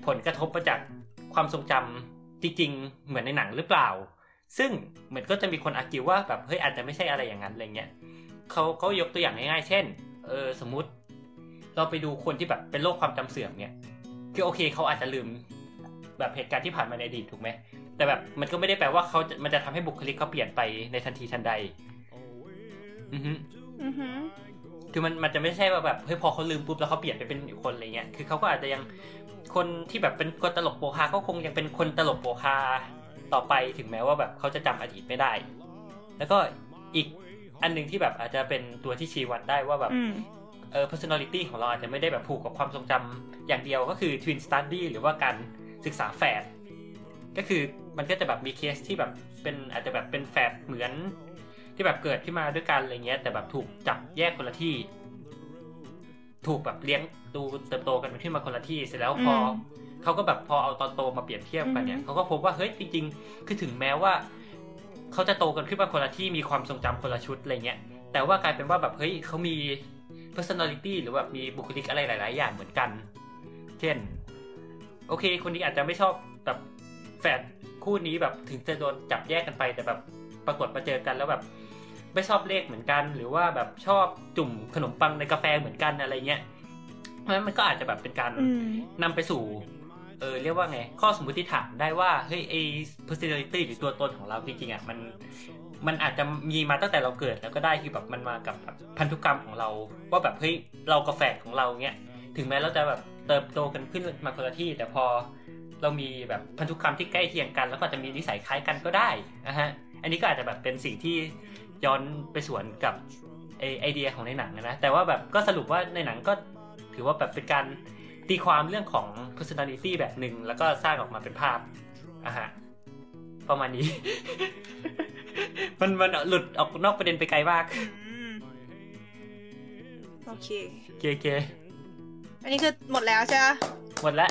S4: ผลกระทบมาจากความทรงจำจริง ๆ เหมือนในหนังหรือเปล่า ซึ่งเหมือนก็จะมีคนอากิวว่าแบบเฮ้ยอาจจะไม่ใช่อะไรอย่างนั้นอะไรเงี้ยเขาเขายกตัวอย่างง่ายๆ เช่น เออสมมุติ เราไปดูคนที่แบบเป็นโรคความจำเสื่อมเนี่ย คือโอเคเขาอาจจะลืมแบบเหตุการณ์ที่ผ่านมาในอดีตถูกไหม แต่แบบมันก็ไม่ได้แปลว่าเขาจะมันจะทำให้บุคลิกเขาเปลี่ยนไปในทันทีทันใด อือฮึ
S1: อือฮึ
S4: คือมันมันจะไม่ใช่ว่าแบบเฮ้ยพอเขาลืมปุ๊บแล้วเขาเปลี่ยนไปเป็นอีกคนอะไรเงี้ย คือเขาก็อาจจะยังคนที่แบบเป็นคนตลกโปคาเขาคงยังเป็นคนตลกโปคาต่อไปถึงแม้ว่าแบบเขาจะจำอดีตไม่ได้ แล้วก็อีกอันหนึ่งที่แบบอาจจะเป็นตัวที่ชี้วัดได้ว่าแบบ
S1: อืม
S4: เออ personality ของเราอาจจะไม่ได้แบบผูกกับความทรงจำอย่างเดียวก็คือ twin study หรือว่าการศึกษาแฝดก็คือมันก็จะแบบมีเคสที่แบบเป็นอาจจะแบบเป็นแฝดเหมือน ที่แบบเกิดขึ้นมาด้วยกันอะไรเงี้ย แต่แบบถูกจับแยกคนละที่ ถูกแบบเลี้ยงดูเติบโตกันขึ้นมาคนละที่เสร็จแล้วพออ
S1: ม
S4: เขาก็แบบพอเอาตอนโตมาเปรียบเทียบกันเนี่ย
S1: อืม
S4: เขาก็พบว่าเฮ้ยจริง ๆ คือถึงแม้ว่า เขาจะโตกันขึ้นมาคนละที่มีความทรงจำคนละชุดอะไรเงี้ย แต่ว่ากลายเป็นว่าแบบเฮ้ยเขามี personality หรือแบบมีบุคลิกอะไรหลาย ๆ อย่างเหมือนกัน เช่น โอเค คนนี้อาจจะไม่ชอบแบบแฝดคู่นี้แบบถึงจะโดนจับแยกกันไป แต่แบบปรากฏมาเจอกันแล้วแบบ ไม่ชอบเลขเหมือนกัน หรือว่าแบบชอบจุ่มขนมปังในกาแฟเหมือนกันอะไรเงี้ยเพราะฉะนั้นมันก็อาจจะแบบเป็นการ
S1: อืม
S4: นำไปสู่ เออเรียกว่าไง ข้อสมมติฐานได้ว่า เฮ้ยไอ personality หรือตัวตนของเราจริงๆอ่ะมันมันอาจจะมีมาตั้งแต่เราเกิดแล้วก็ได้คือแบบมันมากับแบบพันธุกรรมของเรา ว่าแบบเฮ้ยเรากาแฟนของเราเนี้ยถึงแม้เราจะแบบเติบโตกันขึ้นมาคนละที่ แต่พอเรามีแบบพันธุกรรมที่ใกล้เคียงกัน แล้วก็อาจจะมีนิสัยคล้ายกันก็ได้นะฮะอันนี้ก็อาจจะแบบเป็นสิ่งที่ย้อนไปสวนกับไอไอเดียของในหนังอะนะแต่ว่าแบบก็สรุปว่าในหนังก็ ถือว่าแบบเป็นการตีความเรื่องของ personality แบบหนึ่งแล้วก็สร้างออกมาเป็นภาพอ่ะฮะประมาณนี้ *laughs* มันมันหลุดออกนอกประเด็นไปไกลมาก
S1: อืมโอเค
S4: เกเก
S1: อันนี้คือหมดแล้วใช่ปะ
S4: หมดแล้ว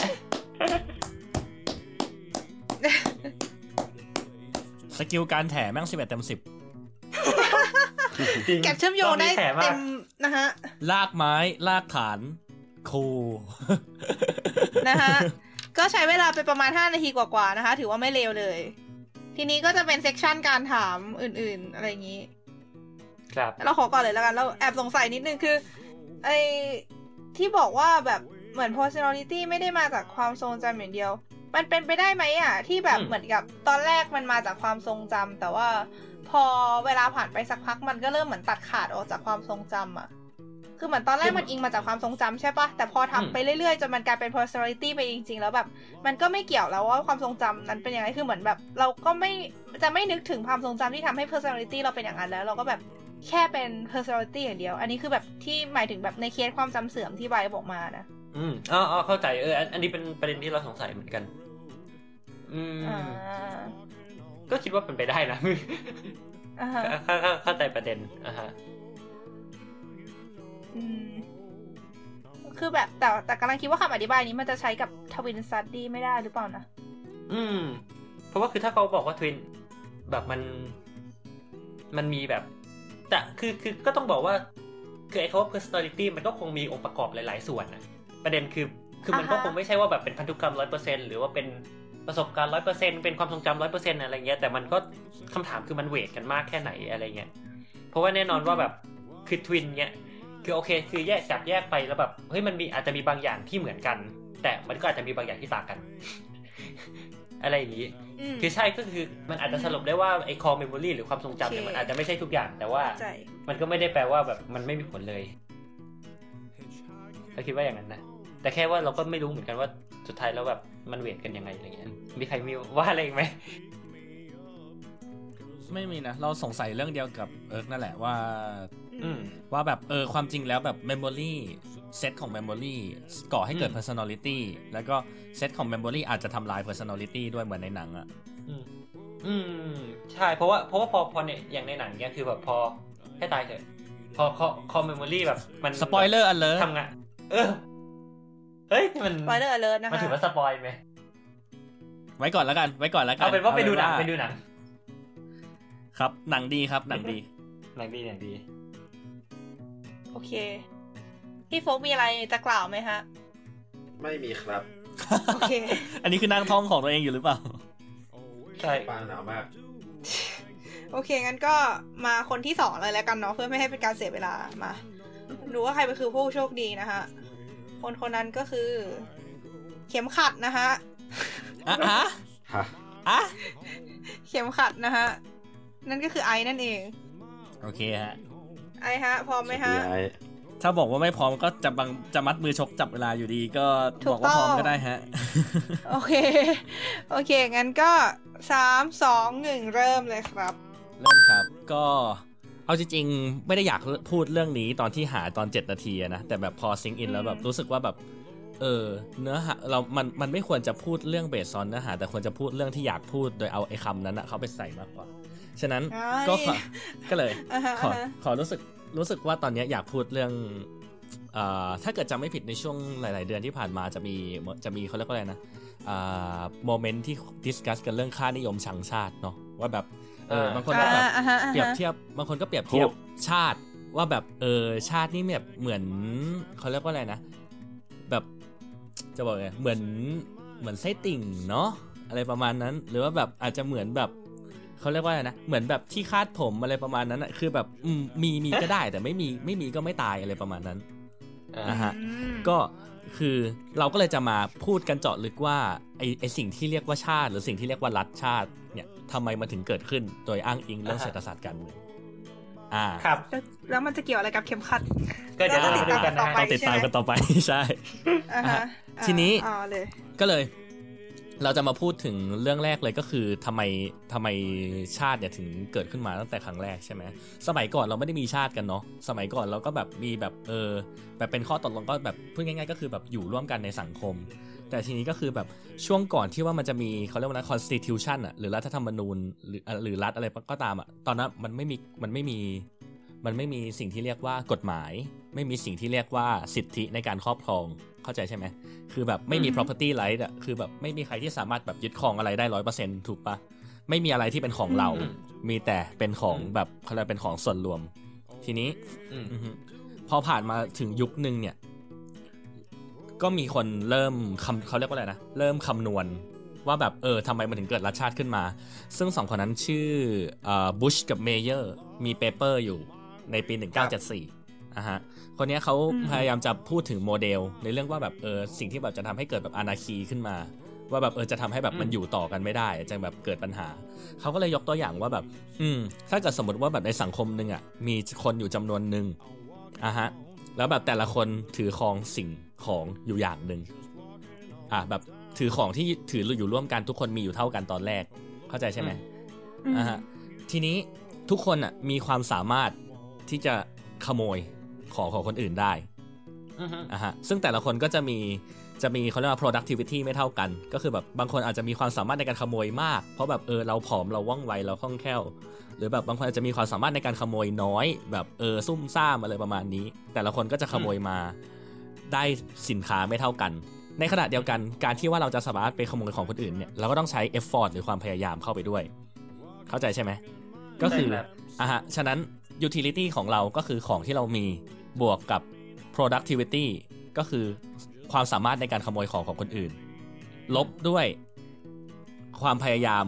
S2: สกิลการแถแม่งสิบเอ็ดเต็มสิบ
S4: จริง
S1: *laughs* แกะเชื่อมโยงได้
S4: รอบนี้แถมมา
S1: เต็
S4: ก
S1: มนะฮะ
S2: ลากไม้ลากฐานครู
S1: นะฮะ ก็ใช้เวลาไปประมาณ 5 นาทีกว่าๆนะคะ ถือว่าไม่เร็วเลย ทีนี้ก็จะเป็นเซกชันการถามอื่นๆ อะไรอย่างนี้
S4: ครับ
S1: เราขอก่อนเลยแล้วกันเราแอบสงสัยนิดนึงคือไอที่บอกว่าแบบเหมือน personality ไม่ได้มาจากความทรงจำอย่างเดียว มันเป็นไปได้ไหมอ่ะ ที่แบบ
S4: อืม
S1: เหมือนกับตอนแรกมันมาจากความทรงจำแต่ว่าพอเวลาผ่านไปสักพักมันก็เริ่มเหมือนตัดขาดออกจากความทรงจำอ่ะ คือเหมือนตอนแรกมันอิงมาจากความทรงจำใช่ปะแต่พอทำไปเรื่อยๆจนมันกลายเป็น personality ไปจริงๆ แล้วแบบ มันก็ไม่เกี่ยวแล้วว่าความทรงจำนั้นเป็นยังไงคือเหมือนแบบ เราก็ไม่จะไม่นึกถึงความทรงจำที่ทำให้ personality เราเป็นอย่างนั้นแล้ว เราก็แบบแค่เป็น personality อย่างเดียว อันนี้คือแบบที่หมายถึงแบบในเคสความจำเสื่อมที่ใบบอกมานะ
S4: อืมอ๋ออ๋อเข้าใจเอออันอันนี้เป็นประเด็นที่เราสงสัยเหมือนกัน อืม
S1: อ่า
S4: ก็คิดว่าเป็นไปได้นะ *laughs*
S1: อ่าฮะ
S4: เข้าเข้าเข้าใจประเด็นอ่ะฮะ
S1: อืมคือแบบแต่แต่กำลังคิดว่าคำอธิบายนี้มันจะใช้กับทวินซัดดี้ไม่ได้หรือเปล่านะ
S4: อืม เพราะว่าคือถ้าเขาบอกว่าทวินแบบมัน มันมีแบบ แต่คือคือก็ต้องบอกว่า คือไอ้คำว่า personality มันก็คงมีองค์ประกอบหลาย ๆ ส่วนนะประเด็นคือคือมันก็
S1: อ่าฮะ
S4: คงไม่ใช่ว่าแบบเป็นพันธุกรรมร้อยเปอร์เซ็นหรือว่าเป็นประสบการณ์ร้อยเปอร์เซ็นเป็นความทรงจำร้อยเปอร์เซ็นอะไรเงี้ยแต่มันก็คำถามคือมันเวทกันมากแค่ไหนอะไรเงี้ยเพราะว่าแน่นอนว่าแบบคือทวินเนี่ย คือโอเค คือแยกจับแยกไปแล้วแบบเฮ้ยมันมีอาจจะมีบางอย่างที่เหมือนกัน แต่มันก็อาจจะมีบางอย่างที่ต่างกัน *laughs* อะไรอย่างนี้
S1: อืม
S4: คือใช่ก็คือมันอาจจะสรุปได้ว่าไอ้ core memory หรือความทรงจำเนี่ย
S1: โอเค
S4: มันอาจจะไม่ใช่ทุกอย่าง แต่ว่า
S1: เข้าใจ
S4: มันก็ไม่ได้แปลว่าแบบมันไม่มีผลเลยเราคิดว่าอย่างนั้นนะแต่แค่ว่าเราก็ไม่รู้เหมือนกันว่าสุดท้ายแล้วแบบมันเวทกันยังไงอะไรเงี้ยมีใครมีว่าอะไรอีกไหม
S2: ไม่มีนะ เราสงสัยเรื่องเดียวกับเอิร์กนั่นแหละว่า
S4: อืม
S2: ว่าแบบเออความจริงแล้วแบบ Memory เซตของ Memory ก่อให้เกิด
S4: อืม
S2: Personality แล้วก็เซตของ Memory อาจจะทำลาย Personality ด้วยเหมือนในหนังอะ
S4: อืมอืมใช่เพราะว่าเพราะว่าพอพอเนี่ยอย่างในหนังเนี่ยคือแบบพอแค่ตายเถอะพอ core core memory แบบมัน
S2: สปอยเลอร์อันเล
S4: ทำงานเออเฮ้ยนี่มัน
S1: ปอยเลอร์เลิศนะ
S4: มัน
S1: คะ
S4: ถือว่าสปอยไหม
S2: ไว้ก่อนแล้วกัน ไว้ก่อนแล้วกัน
S4: เอาเป็นว่าไปดูหนังไปดูหนัง
S2: ครับ หนังดีครับ หนัง
S4: *laughs*
S2: ดี
S4: หนังดีหนังดี
S1: โอเค พี่โฟกมีอะไรจะกล่าวไหมฮะ
S5: ไม่มีครับ
S1: โอเค
S2: อันนี้คือนั่งท่องของตัวเองอยู่หรือเปล่า
S4: ใช่
S5: ปางหนาวมาก
S1: โอเค งั้นก็มาคนที่สองเลยแล้วกันเนาะเพื่อไม่ให้เป็นการเสียเวลามาดูว่าใครเป็นคือผู้โชคดีนะคะคนคนนั้นก็คือ เข็มขัดนะคะ
S2: อ่ะอ่ะ
S3: ฮะ
S2: อ่ะ
S1: เข็มขัดนะคะนั่นก็คือไอซ์นั่นเอง
S2: โอเคฮะ
S1: ไอซ์ฮะ พร้อมไหมฮะ
S3: ย้าย
S2: ถ้าบอกว่าไม่พร้อมก็จะบังจะมัดมือชกจับเวลาอยู่ดีก็
S1: ถู
S2: บอก ก
S1: ต้
S2: ว่า
S1: อง
S2: พร้อมก็ได้ฮะ *laughs*
S1: โอเค โอเค งั้นก็สามสองหนึ่งเริ่มเลยครับ
S2: เริ่มครับ ก็เอาจริงๆ ไม่ได้อยากพูดเรื่องนี้ตอนที่หาตอน 7 นาทีอะนะ แต่แบบพอซิงอิน
S1: อืม
S2: แล้วแบบรู้สึกว่าแบบ เออ เนื้อหาเรา มัน มันไม่ควรจะพูดเรื่องเบสซอนเนื้อหา แต่ควรจะพูดเรื่องที่อยากพูดโดยเอาไอ้คำนั้นอะเข้าไปใส่มากกว่า ฉะนั้นก็ขอก็เลย
S1: อ่าฮะ
S2: *laughs* ขอ
S1: *laughs* อ่าฮะ
S2: ขอรู้สึกรู้สึกว่าตอนเนี้ยอยากพูดเรื่องเอ่อถ้าเกิดจำไม่ผิดในช่วงหลาย ๆ เดือนที่ผ่านมาจะมีจะมีเขาเรียกว่าอะไรนะโมเมนต์ที่ดิสคัสกันเรื่องค่านิยมชังชาติเนาะว่าแบบเออ
S4: อ่า
S2: บางคนก็แบบ
S1: อ่าฮะอ่าฮะ
S2: เปรียบเทียบบางคนก็เปรียบเทียบชาติว่าแบบเออชาตินี่แบบเหมือนเขาเรียกว่าอะไรนะ แบบจะบอกไงเหมือนเหมือนไส้ติ่งเนาะอะไรประมาณนั้น หรือว่าแบบอาจจะเหมือนแบบเขาเรียกว่าอะไรนะเหมือนแบบที่คาดผมอะไรประมาณนั้นอะคือแบบอืมมีมีก็ได้ แต่ไม่มีไม่มีก็ไม่ตายอะไรประมาณนั้น อ่าฮะ
S1: อืม
S2: ก็คือเราก็เลยจะมาพูดกันเจาะลึกว่าไอไอสิ่งที่เรียกว่าชาติ หรือสิ่งที่เรียกว่ารัฐชาติเนี่ยทำไมมันถึงเกิดขึ้นโดยอ้างอิงเรื่องเศรษฐศาสตร์การเมืองอ่า
S4: ครับ
S1: แล้วแล้วมันจะเกี่ยวอะไรกับเข็มขัด
S4: ก็เดี๋ยวเราไปดูกันนะ
S1: ต่อไป
S4: ฮะ
S2: *laughs* ต้องติดตามกันต่อไป ใช่
S1: อ่าฮะ
S2: ทีนี้
S1: อ๋อาเลย
S2: ก็เลย เราจะมาพูดถึงเรื่องแรกเลยก็คือทำไมทำไมชาติเนี่ยถึงเกิดขึ้นมาตั้งแต่ครั้งแรกใช่ไหมสมัยก่อนเราไม่ได้มีชาติกันเนาะสมัยก่อนเราก็แบบมีแบบเออแบบเป็นข้อตกลงก็แบบพูดง่ายๆก็คือแบบอยู่ร่วมกันในสังคม แต่ทีนี้ก็คือแบบช่วงก่อนที่ว่ามันจะมีเขาเรียกว่านะ constitution อะหรือรัฐธรรมนูญหรือเอ่อหรือรัฐอะไรก็ตามอะตอนนั้นมันไม่มีมันไม่มีมันไม่มีสิ่งที่เรียกว่ากฎหมาย ไม่มีสิ่งที่เรียกว่าสิทธิในการครอบครองเข้าใจใช่ไหม คือแบบไม่มี
S1: อืม
S2: property right อะคือแบบไม่มีใครที่สามารถแบบยึดครองอะไรได้ร้อยเปอร์เซ็นถูกปะไม่มีอะไรที่เป็นของเรา
S4: อืม
S2: มีแต่เป็นของแบบเขาเรียกเป็นของส่วนรวม ทีนี้
S5: อืม
S2: อือฮึพอผ่านมาถึงยุคหนึ่งเนี่ย ก็มีคนเริ่มคำเขาเรียกว่าอะไรนะ เริ่มคำนวณว่าแบบเออทำไมมันถึงเกิดรัฐชาติขึ้นมา ซึ่งสองคนนั้นชื่อบุชกับเมเยอร์มีเปเปอร์อยู่ในปี 1974อ่ะฮะ คนเนี้ยเขา
S1: อืม
S2: พยายามจะพูดถึงโมเดล ในเรื่องว่าแบบเออสิ่งที่แบบจะทำให้เกิดแบบอนาคีขึ้นมา ว่าแบบเออจะทำให้แบบมันอยู่ต่อกันไม่ได้จะแบบเกิดปัญหา เขาก็เลยยกตัวอย่างว่าแบบ อืม ถ้าเกิดสมมติว่าแบบในสังคมหนึ่งอ่ะ มีคนอยู่จำนวนหนึ่งอ่ะฮะ แล้วแบบแต่ละคนถือของสิ่งของอยู่อย่างหนึ่งอ่ะแบบถือของที่ถืออยู่ร่วมกันทุกคนมีอยู่เท่ากันตอนแรก เข้าใจใช่ไหม
S1: อืม
S2: อ่าฮะทีนี้ทุกคนอ่ะมีความสามารถที่จะขโมยของของคนอื่นได้
S4: อือฮึ
S2: อ่าฮะซึ่งแต่ละคนก็จะมีจะมีเขาเรียกว่า productivity ไม่เท่ากัน ก็คือแบบบางคนอาจจะมีความสามารถในการขโมยมาก เพราะแบบเออเราผอมเราว่องไวเราคล่องแคล่ว หรือแบบบางคนอาจจะมีความสามารถในการขโมยน้อย แบบเออซุ่มซ่ามอะไรประมาณนี้ แต่ละคนก็จะขโมยมาได้สินค้าไม่เท่ากัน ในขณะเดียวกันการที่ว่าเราจะสามารถไปขโมยของคนอื่นเนี่ยเราก็ต้องใช้ effort หรือความพยายามเข้าไปด้วย เข้าใจใช่ไหมก็คือ
S4: ได้รับ
S2: อ่ะฮะ ฉะนั้น utility ของเราก็คือของที่เรามีบวกกับ productivity ก็คือความสามารถในการขโมยของของคนอื่น ลบด้วยความพยายาม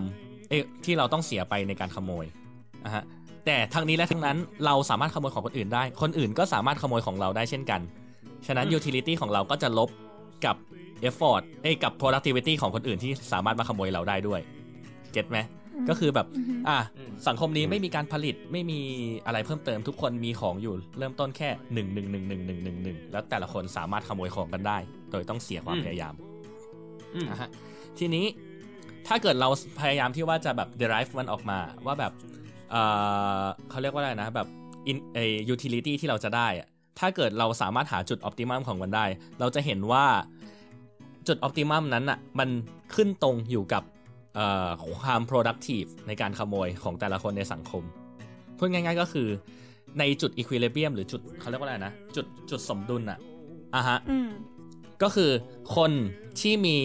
S2: เอ๊ะที่เราต้องเสียไปในการขโมยอ่ะฮะ แต่ทั้งนี้และทั้งนั้นเราสามารถขโมยของคนอื่นได้ คนอื่นก็สามารถขโมยของเราได้เช่นกัน ฉะนั้น utility ของเราก็จะลบกับ effort เอ้ยกับ productivity ของคนอื่นที่สามารถมาขโมยเราได้ด้วย เก็ตไหม ก็คือแบบ
S1: อือฮึ
S2: อ่ะ สังคมนี้ไม่มีการผลิตไม่มีอะไรเพิ่มเติมทุกคนมีของอยู่ เริ่มต้นแค่หนึ่งหนึ่งหนึ่งหนึ่งหนึ่งหนึ่งหนึ่งแล้วแต่ละคนสามารถขโมยของกันได้ โดยต้องเสียความพยายาม
S4: อืม
S2: นะฮะทีนี้ถ้าเกิดเราพยายามที่ว่าจะแบบ derive มันออกมาว่าแบบเอ่อเขาเรียกว่าอะไรนะแบบ in เอ utility ที่เราจะได้อะถ้าเกิดเราสามารถหาจุด optimum ของมันได้ เราจะเห็นว่าจุด optimum นั้นอ่ะมันขึ้นตรงอยู่กับ เอ่อความ productive ในการขโมยของแต่ละคนในสังคม พูดง่ายๆก็คือในจุด equilibrium หรือจุดเขาเรียกว่าอะไรนะ จุดจุดสมดุลอะอ่ะฮะ
S1: อืม
S2: ก็คือคนที่มี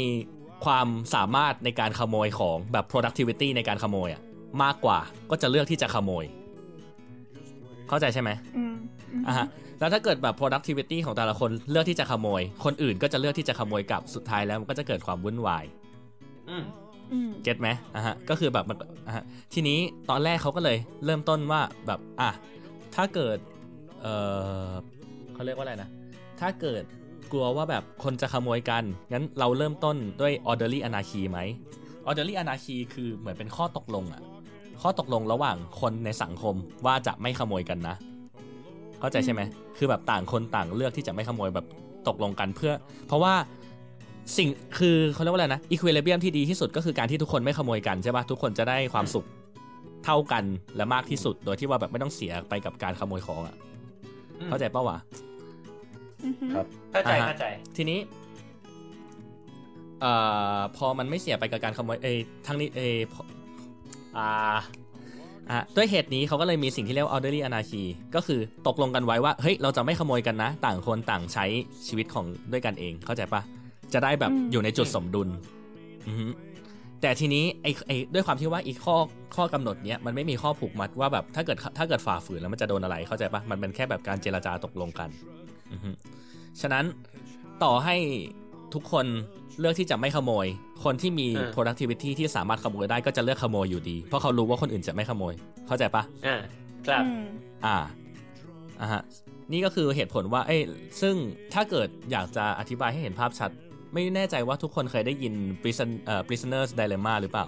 S2: ความสามารถในการขโมยของแบบ productivity ในการขโมยอะมากกว่าก็จะเลือกที่จะขโมย เข้าใจใช่ไหม
S1: อืมม
S2: อ่ะฮะแล้วถ้าเกิดแบบ productivity ของแต่ละคนเลือกที่จะขโมย คนอื่นก็จะเลือกที่จะขโมยกลับสุดท้ายแล้วมันก็จะเกิดความวุ่นวาย
S4: อืม
S1: อืม
S2: เก็ตไหมอ่ะฮะ ก็คือแบบมันอ่ะฮะ ทีนี้ตอนแรกเขาก็เลยเริ่มต้นว่าแบบ อ่ะ ถ้าเกิด เออเขาเรียกว่าอะไรนะ ถ้าเกิดกลัวว่าแบบคนจะขโมยกัน งั้นเราเริ่มต้นด้วย orderly anarchy ไหม orderly anarchy คือเหมือนเป็นข้อตกลงอะข้อตกลงระหว่างคนในสังคมว่าจะไม่ขโมยกันนะ เข้าใจใช่ไหม คือแบบต่างคนต่างเลือกที่จะไม่ขโมยแบบตกลงกันเพื่อ เพราะว่าสิ่งคือเขาเรียกว่าอะไรนะอีควิเลเบียมที่ดีที่สุดก็คือการที่ทุกคนไม่ขโมยกันใช่ปะทุกคนจะได้ความสุขเท่ากันและมากที่สุด โดยที่ว่าแบบไม่ต้องเสียไปกับการขโมยของอะ
S4: อืม
S2: เข้าใจปะวะ
S3: ครับ
S4: เข้าใจ
S2: อ่าฮะ
S4: เข้าใจ
S2: ทีนี้เอ่อพอมันไม่เสียไปกับการขโมยเอยทั้งนี้เอยพออ่าอ่ะด้วยเหตุนี้เขาก็เลยมีสิ่งที่เรียกว่า orderly anarchy ก็คือตกลงกันไว้ว่าเฮ้ยเราจะไม่ขโมยกันนะ ต่างคนต่างใช้ชีวิตของด้วยกันเองเข้าใจปะจะได้แบบ
S1: อืม
S2: อยู่ในจุดสมดุลอือฮึแต่ทีนี้ไอไอด้วยความที่ว่าอีกข้อข้อกำหนดเนี้ยมันไม่มีข้อผูกมัดว่าแบบถ้าเกิดถ้าเกิดฝ่าฝืนแล้วมันจะโดนอะไรเข้าใจปะมันเป็นแค่แบบการเจรจาตกลงกันอือฮึ ฉะนั้นต่อให้ทุกคนเลือกที่จะไม่ขโมย คนที่มี
S4: เออ
S2: productivity ที่สามารถขโมยได้ก็จะเลือกขโมยอยู่ดี เพราะเขารู้ว่าคนอื่นจะไม่ขโมย เข้าใจปะ
S4: อ่าครับ
S1: อืม
S2: อ่าอ่าฮะ นี่ก็คือเหตุผลว่า เอ้ยซึ่งถ้าเกิดอยากจะอธิบายให้เห็นภาพชัด ไม่แน่ใจว่าทุกคนเคยได้ยิน prison เอ่อ prisoners dilemma หรือเปล่า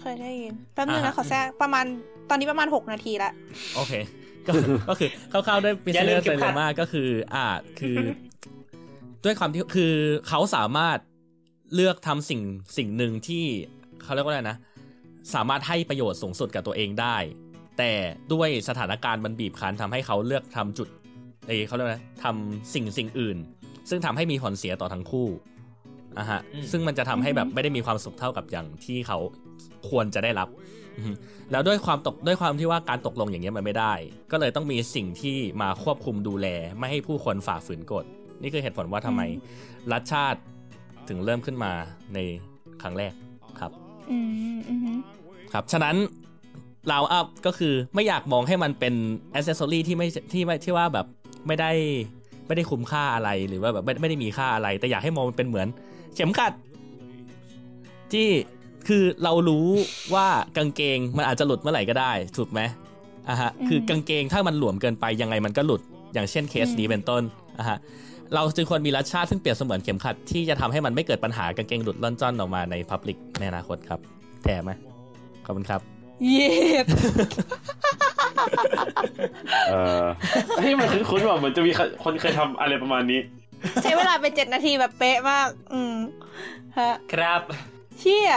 S1: เคยได้ยิน แป๊บนึง
S2: อ่า
S1: นะ
S2: ฮะ
S1: ขอแทรกประมาณตอนนี้ประมาณหกนาทีละ
S2: โอเค ก็ก็คือคร่าวๆด้วย
S4: อย่าลืม
S2: prisoner
S4: เก็บค่า
S2: dilemma ก็คือ อ่า คือ ด้วยความที่ คือเขาสามารถ เลือกทำสิ่งสิ่งหนึ่งที่เขาเรียกว่าอะไรนะ สามารถให้ประโยชน์สูงสุดกับตัวเองได้ แต่ด้วยสถานการณ์มันบีบคั้นทำให้เขาเลือกทำจุดเอยเขาเรียกว่าอะไรทำสิ่งสิ่งอื่น ซึ่งทำให้มีผลเสียต่อทั้งคู่อ่ะฮะ
S4: อืม
S2: ซึ่งมันจะทำให้แบบไม่ได้มีความสุขเท่ากับอย่างที่เขาควรจะได้รับอือฮึแล้วด้วยความตกด้วยความที่ว่าการตกลงอย่างเงี้ยมันไม่ได้ ก็เลยต้องมีสิ่งที่มาควบคุมดูแล ไม่ให้ผู้คนฝ่าฝืนกฎ นี่คือเหตุผลว่าทำไม รัฐชาติถึงเริ่มขึ้นมาในครั้งแรกครับ
S1: อืมอืมอืม
S2: ครับ ฉะนั้นราวอัพก็คือไม่อยากมองให้มันเป็นอ c เซสซอรีที่ไม่ที่ไม่ที่ว่าแบบไม่ได้ไม่ได้คุ้มค่าอะไรหรือว่าแบบไม่ไม่ได้มีค่าอะไร แต่อยากให้มองมันเป็นเหมือน เข็มขัด ที่คือเรารู้ว่ากางเกงมันอาจจะหลุดเมื่อไหร่ก็ได้ถูกไหมอ่ะฮะคือกางเกงถ้ามันหลวมเกินไปยังไงมันก็หลุดอย่างเช่นเคสนี้เป็นต้นอ่ะฮะเราจึงควรมีรัฐชาติซึ่งเปรียบเสมือนเข็มขัดที่จะทำให้มันไม่เกิดปัญหากางเกงหลุดล่อนจ้อนออกมาในพับลิกในอนาคตครับแถมไหมขอบคุณครับ
S1: เย็ด
S3: เออเฮ้ยมันคุ้นๆว่าเหมือนจะมีคนเคยทำอะไรประมาณนี้
S1: *laughs* ใช้เวลาไปเจ็ดนาทีแบบเป๊ะมาก อืมฮะ
S4: ครับ
S1: เชี่ย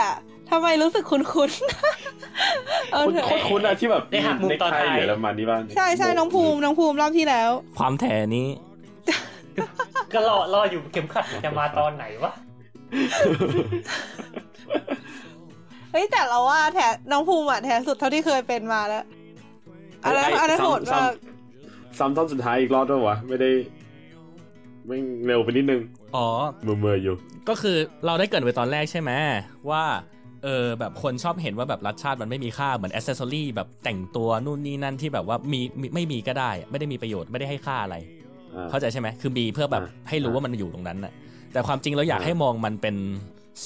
S1: ทำไมรู้สึกคุ้นๆ *laughs* เอาเถอะ
S3: คุ้นๆอะที่แบบ
S4: ได้หักมุม
S3: เน็ก
S4: ตอน
S3: ไท
S4: ท้าย
S3: หรืออะไรประมาณนี้บ้าง
S1: ใช่ใช่น้องภูมิน้องภูมิรอบที่แล้ว
S2: ความแถนี้
S4: ก็รอรออยู่เข็มขัดมันจะมาตอนไหนวะ
S1: เฮ้ยแต่เราว่าแถน้องภูมิอะแถสุดเท่าที่เคยเป็นมาแล้วอันนั้น
S3: ไ
S1: อันนั้นโหด
S3: ซ้ำ
S1: มาก
S3: ซ้ำซ้ำตอนสุดท้ายอีกรอบด้วยวะ ไม่ได้ไม่งเร็วไปนิดนึง
S2: อ๋อ
S3: เมื่อเมื่อๆอยู่
S2: ก็คือเราได้เกริดไปตอนแรกใช่ไหมว่าเออแบบคนชอบเห็นว่าแบบรัฐชาติมันไม่มีค่าเหมือนอ c เซสซอรีแบบแต่งตัวนู่นนี่นั่นที่แบบว่ามีมีไม่มีก็ได้อะไม่ได้มีประโยชน์ไม่ได้ให้ค่าอะไร
S3: อ่า
S2: เข้าใจใช่ไหมคือมีเพื่อแบบ
S3: อ่า
S2: ให้รู้ว่ามันอยู่ตรงนั้นน่ะ แต่ความจริงเราอยาก
S3: อ่า
S2: ให้มองมันเป็น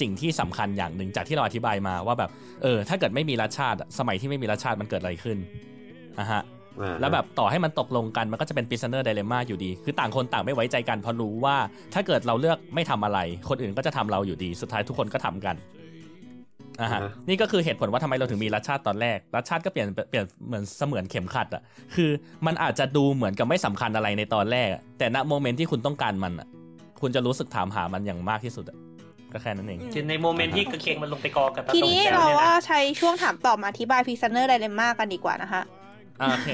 S2: สิ่งที่สำคัญอย่างหนึ่งจากที่เราอธิบายมาว่าแบบเออถ้าเกิดไม่มีรัฐชาติอะสมัยที่ไม่มีรัฐชาติมันเกิดอะไรขึ้นอ่ะฮะ
S3: อ่า
S2: แล้วแบบต่อให้มันตกลงกันมันก็จะเป็น prisoner dilemma อยู่ดี คือต่างคนต่างไม่ไว้ใจกันเพราะรู้ว่า ถ้าเกิดเราเลือกไม่ทำอะไร คนอื่นก็จะทำเราอยู่ดี สุดท้ายทุกคนก็ทำกันอ่าฮะนี่ก็คือเหตุผลว่าทำไมเราถึงมีรัฐชาติตอนแรก รัฐชาติก็เปลี่ยนเปลี่ยนเหมือนเสมือนเข็มขัดอะคือมันอาจจะดูเหมือนกับไม่สำคัญอะไรในตอนแรกอะแต่ณโมเมนต์ที่คุณต้องการมันอะคุณจะรู้สึกถามหามันอย่างมากที่สุดอะก็แค่นั้นเอง
S1: อืม
S4: คือในโมเมนต์ที่กางเกงมันลงไปกองกับตะ
S1: ที
S4: ตุ่ม
S1: นี้
S4: แก้ว
S1: เรา
S4: เนี่ย
S1: ว่า
S4: นะ
S1: ใช้ช่วงถามตอบมาอธิบายพีซันเนอร์ไดเรม่ากันดีกว่านะคะ
S2: อ่าโอเค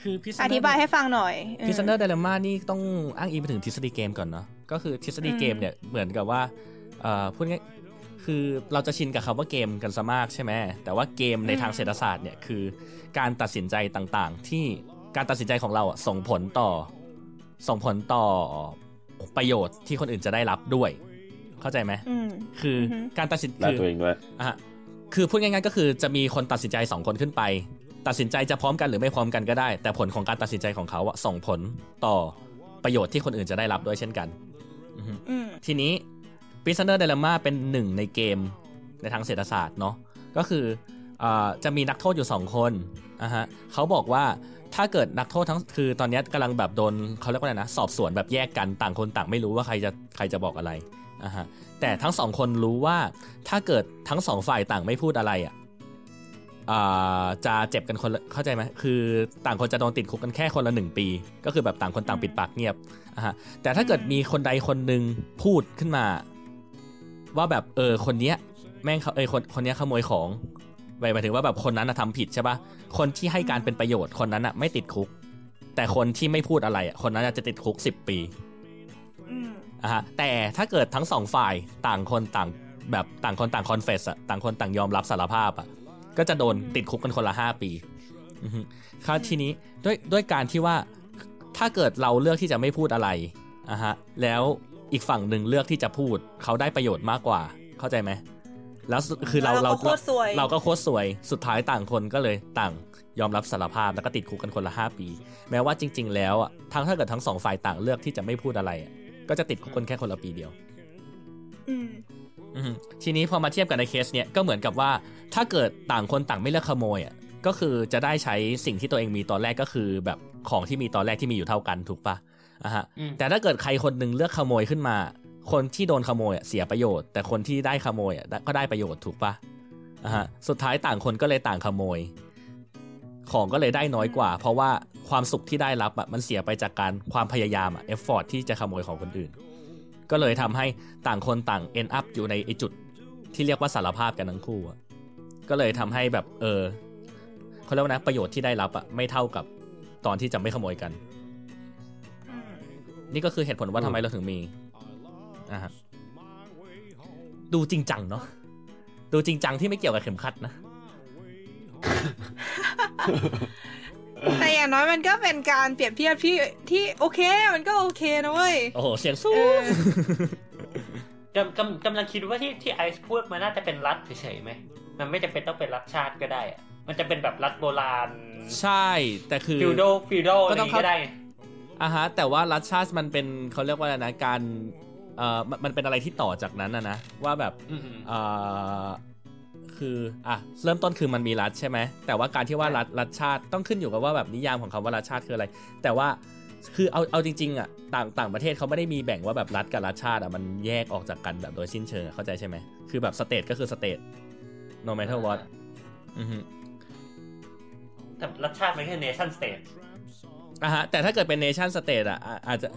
S2: คือพี่ซัน
S1: อ
S2: เดร์
S1: ธิบายให้ฟังหน่อยอืม
S2: พิซซันเดอร์ i l e ม่านี่ต้องอ้างอิงไปถึงทฤษฎีเกมก่อนเนาะก็คือทฤษฎีเกม
S1: อืม
S2: เนี่ยเหมือนกับว่าเอ่อพูดง่ายคือเราจะชินกับคำว่าเกมกันซะมากใช่ไหมแต่ว่าเกมในทางเศรษฐศาสตร์เนี่ยคือการตัดสินใจต่างๆ ที่การตัดสินใจของเราอะส่งผลต่อ ส่งผลต่อประโยชน์ที่คนอื่นจะได้รับด้วย เข้าใจไหม
S1: อืม
S2: คืออ
S1: อฮึ
S2: การตัดสิน
S3: และ
S2: คือ
S3: ตัวเองด้วย
S2: อ่ะคือพูดง่ายๆก็คือจะมีคนตัดสินใจสองคนขึ้นไป ตัดสินใจจะพร้อมกันหรือไม่พร้อมกันก็ได้ แต่ผลของการตัดสินใจของเขาอะส่งผลต่อประโยชน์ที่คนอื่นจะได้รับด้วยเช่นกันอือฮึ
S1: อืม
S2: ทีนี้ Prisoner Dilemma เป็นหนึ่งในเกมในทางเศรษฐศาสตร์เนาะก็คืออาจะมีนักโทษอยู่ 2 คนอ่ะฮะเขาบอกว่าถ้าเกิดนักโทษทั้งคือตอนเนี้ยกำลังแบบโดนเขาเรียกว่าอะไรนะ สอบสวนแบบแยกกันต่างคนต่างไม่รู้ว่าใครจะใครจะบอกอะไรอ่ะฮะแต่ทั้งสองคนรู้ว่าถ้าเกิดทั้งสองฝ่ายต่างไม่พูดอะไรอ่ะอ่าจะเจ็บกันคนละเข้าใจไหมคือต่างคนจะโดนติดคุกกันแค่คนละหนึ่งปี ก็คือแบบต่างคนต่างปิดปากเงียบ อ่ะฮะแต่ถ้าเกิดมีคนใดคนหนึ่งพูดขึ้นมา ว่าแบบเออคนเนี้ยแม่งเขาเออคนคนเนี้ยขโมยของหมายหมายถึงว่าแบบคนนั้นนะทำผิดใช่ปะคนที่ให้การเป็นประโยชน์คนนั้นอะไม่ติดคุก แต่คนที่ไม่พูดอะไรอะคนนั้นอะจะติดคุก 10 ปี
S1: อืม
S2: อ่ะฮะแต่ถ้าเกิดทั้งสองฝ่ายต่างคนต่างแบบต่างคนต่างคอนเฟสอะต่างคนต่างยอมรับสารภาพอะก็จะโดนติดคุกกันคนละ 5 ปีอือฮึครับทีนี้ด้วยด้วยการที่ว่าถ้าเกิดเราเลือกที่จะไม่พูดอะไร อ่ะฮะแล้วอีกฝั่งหนึ่งเลือกที่จะพูดเขาได้ประโยชน์มากกว่า เข้าใจไหมแล้วสุดคือเรา
S1: แล้วเราก็โคตรสวย
S2: เราก็โคตรสวยสุดท้ายต่างคนก็เลยต่างยอมรับสารภาพแล้วก็ติดคุกกันคนละ 5 ปี แม้ว่าจริง ๆ แล้วอ่ะทั้งถ้าเกิดทั้งสองฝ่ายต่างเลือกที่จะไม่พูดอะไรอ่ะก็จะติดคุกกันแค่คนละปีเดียว
S1: อืม
S2: อืมทีนี้พอมาเทียบกันในเคสเนี่ยก็เหมือนกับว่าถ้าเกิดต่างคนต่างไม่เลือกขโมยอ่ะก็คือจะได้ใช้สิ่งที่ตัวเองมีตอนแรกก็คือ แบบของที่มีตอนแรกที่มีอยู่เท่ากันถูกปะอ่ะฮะ
S4: อืม
S2: แต่ถ้าเกิดใครคนหนึ่งเลือกขโมยขึ้นมา คนที่โดนขโมยอะเสียประโยชน์ แต่คนที่ได้ขโมยอะก็ได้ประโยชน์ถูกปะอ่ะฮะสุดท้ายต่างคนก็เลยต่างขโมย ของก็เลยได้น้อยกว่า เพราะว่าความสุขที่ได้รับอะมันเสียไปจากการความพยายามอะเอฟฟอร์ที่จะขโมยของคนอื่น ก็เลยทำให้ต่างคนต่าง end up อยู่ในไอจุดที่เรียกว่าสารภาพกันทั้งคู่อะก็เลยทำให้แบบเออเขาเรียกว่านะประโยชน์ที่ได้รับอะไม่เท่ากับตอนที่จะไม่ขโมยกัน
S1: อืม
S2: นี่ก็คือเหตุผลว่าทำไมเราถึงมีอ่าฮะดูจริงจังเนาะดูจริงจังที่ไม่เกี่ยวกับเข็มขัดนะ
S1: แต่อย่างน้อยมันก็เป็นการเปรียบเทียบที่ที่โอเค มันก็โอเคนะเว้ย
S2: โอ้โห เสียงสู
S1: เอง อ
S4: กำกำกำลังคิดว่าที่ที่ไอซ์พูดมันน่าจะเป็นรัฐเฉยๆไหม มันไม่จำเป็นต้องเป็นรัฐชาติก็ได้อะมันจะเป็นแบบรัฐโบราณ
S2: ใช่ แต่คือ
S4: ฟิวโดฟิวโด
S2: ก็
S4: อะไร
S2: ต้องเข้า
S4: ก็ได้ไง
S2: อ่ะฮะ แต่ว่ารัชชาติมันเป็นเขาเรียกว่าอะไรนะการเอ่อมันมันเป็นอะไรที่ต่อจากนั้นนะนะ ว่าแบบ
S4: อืม
S2: เอ่อคืออ่ะเริ่มต้นคือมันมีรัฐใช่ไหมแต่ว่าการที่ว่ารัฐรัฐชาติต้องขึ้นอยู่กับว่าแบบนิยามของคำว่ารัฐชาติคืออะไร แต่ว่าคือเอาเอาจริงๆอ่ะต่างต่างประเทศเขาไม่ได้มีแบ่งว่าแบบรัฐกับรัฐชาติอ่ะมันแยกออกจากกันแบบโดยสิ้นเชิงอะเข้าใจใช่ไหมคือแบบสเตทก็คือสเตท no matter what อือฮึ
S4: แต่รัฐชาติมันแค่ nation state
S2: อ่ะฮะแต่ถ้าเกิดเป็นเนชั่นสเตทอะอ่ะอาจจะ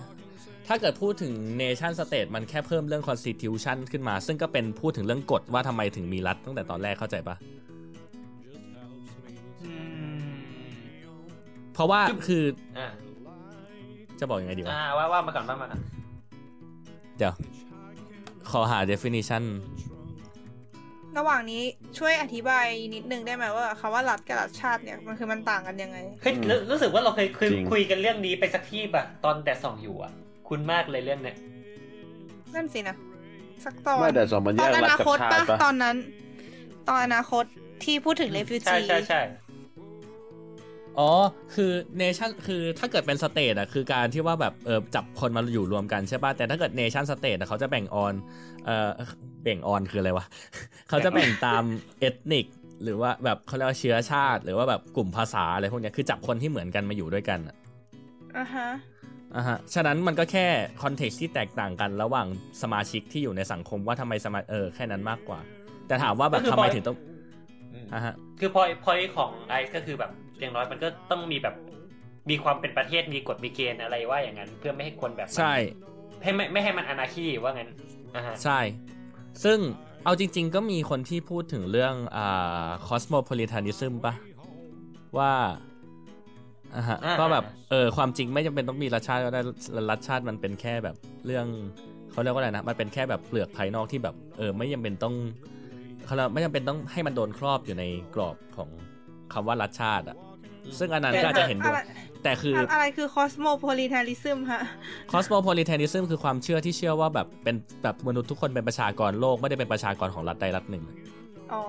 S2: ถ้าเกิดพูดถึงเนชั่นสเตทมันแค่เพิ่มเรื่อง constitution ขึ้นมา ซึ่งก็เป็นพูดถึงเรื่องกฎว่าทำไมถึงมีรัฐตั้งแต่ตอนแรกเข้าใจปะเพราะว่าคือ
S4: อ่า
S2: จะบอกยังไงดีวะ
S4: อ่าว่าว่ามาก่อนว่ามาก่อน
S2: เดี๋ยว ขอหา definition
S1: ระหว่างนี้ช่วยอธิบายนิดนึงได้ไหมว่าคำว่ารัฐกับรัฐชาติเนี่ยมันคือมันต่างกันยังไง
S4: เฮ้ยรู้รู้สึกว่าเราเคยคุย
S3: จริง
S4: คุยกันเรื่องนี้ไปสักที่ป่ะ ตอนแต่ส่องอยู่อ่ะ คุณมากเลยเรื่องเนี้ย
S1: นั่นสินะ สักตอน
S3: ไม่แต่สองมัน
S1: ต
S3: แย
S1: อน
S3: ก
S1: อ
S3: รัฐ
S1: นา
S3: กับ
S1: คต
S3: ชา
S1: ปะ
S3: ติปะ
S1: ตอนนั้น ตอนอนาคตที่พูดถึงเรฟิว
S4: ใช่
S1: จี
S4: ใช่ใช่
S2: อ๋อ คือ nation คือถ้าเกิดเป็น state อะคือการที่ว่าแบบเออจับคนมาอยู่รวมกันใช่ป่ะ แต่ถ้าเกิด nation state อะเขาจะแบ่งออนเออแบ่งออนคืออะไรวะ *laughs* เขาจะแบ่งตาม ethnic หรือว่าแบบเขาเรียกว่าเชื้อชาติ หรือว่าแบบกลุ่มภาษาอะไรพวกเนี้ยคือจับคนที่เหมือนกันมาอยู่ด้วยกันอะ
S1: อ่ะฮะ
S2: อ่าฮะ ฉะนั้นมันก็แค่คอนเท็กซ์ที่แตกต่างกันระหว่างสมาชิกที่อยู่ในสังคมว่าทำไมสมาเออแค่นั้นมากกว่า แต่ถามว่าแบบทำไมถึงต้อง
S4: อืม
S2: อ่าฮะ
S4: คือพอยพอยของไอซ์ก็คือแบบ อย่างน้อยมันก็ต้องมีแบบ มีความเป็นประเทศ มีกฎ มีเกณฑ์อะไรว่าอย่างนั้น เพื่อไม่ให้คนแบบมัน
S2: ใช่
S4: ให้ไม่ไม่ให้มันอนาคีว่างั้นอ่าฮะ
S2: ใช่ ซึ่งเอาจริง ๆ ก็มีคนที่พูดถึงเรื่องอ่า cosmopolitanism ปะว่าอ่าฮะก็แบบเออความจริงไม่จำเป็นต้องมีรัฐชาติก็ได้รัฐชาติมันเป็นแค่แบบเรื่องเขาเรียกว่าอะไรนะ มันเป็นแค่แบบเปลือกภายนอกที่แบบเออไม่จำเป็นต้องเขาเรียกไม่จำเป็นต้องให้มันโดนครอบอยู่ในกรอบของคำว่ารัฐชาติอะซึ่งอันนั้นก็อาจจะเห็นด้วยแต่คือ
S1: อะไรคือคอสโมโพลิท a ลิซึมฮะ
S2: cosmopolitanism คือความเชื่อที่เชื่อว่าแบบเป็นแบบมนุษย์ทุกคนเป็นประชากรโลกไม่ได้เป็นประชากรของรัฐใดรัฐ
S1: *laughs*
S2: หนึ่ง
S1: อ๋อ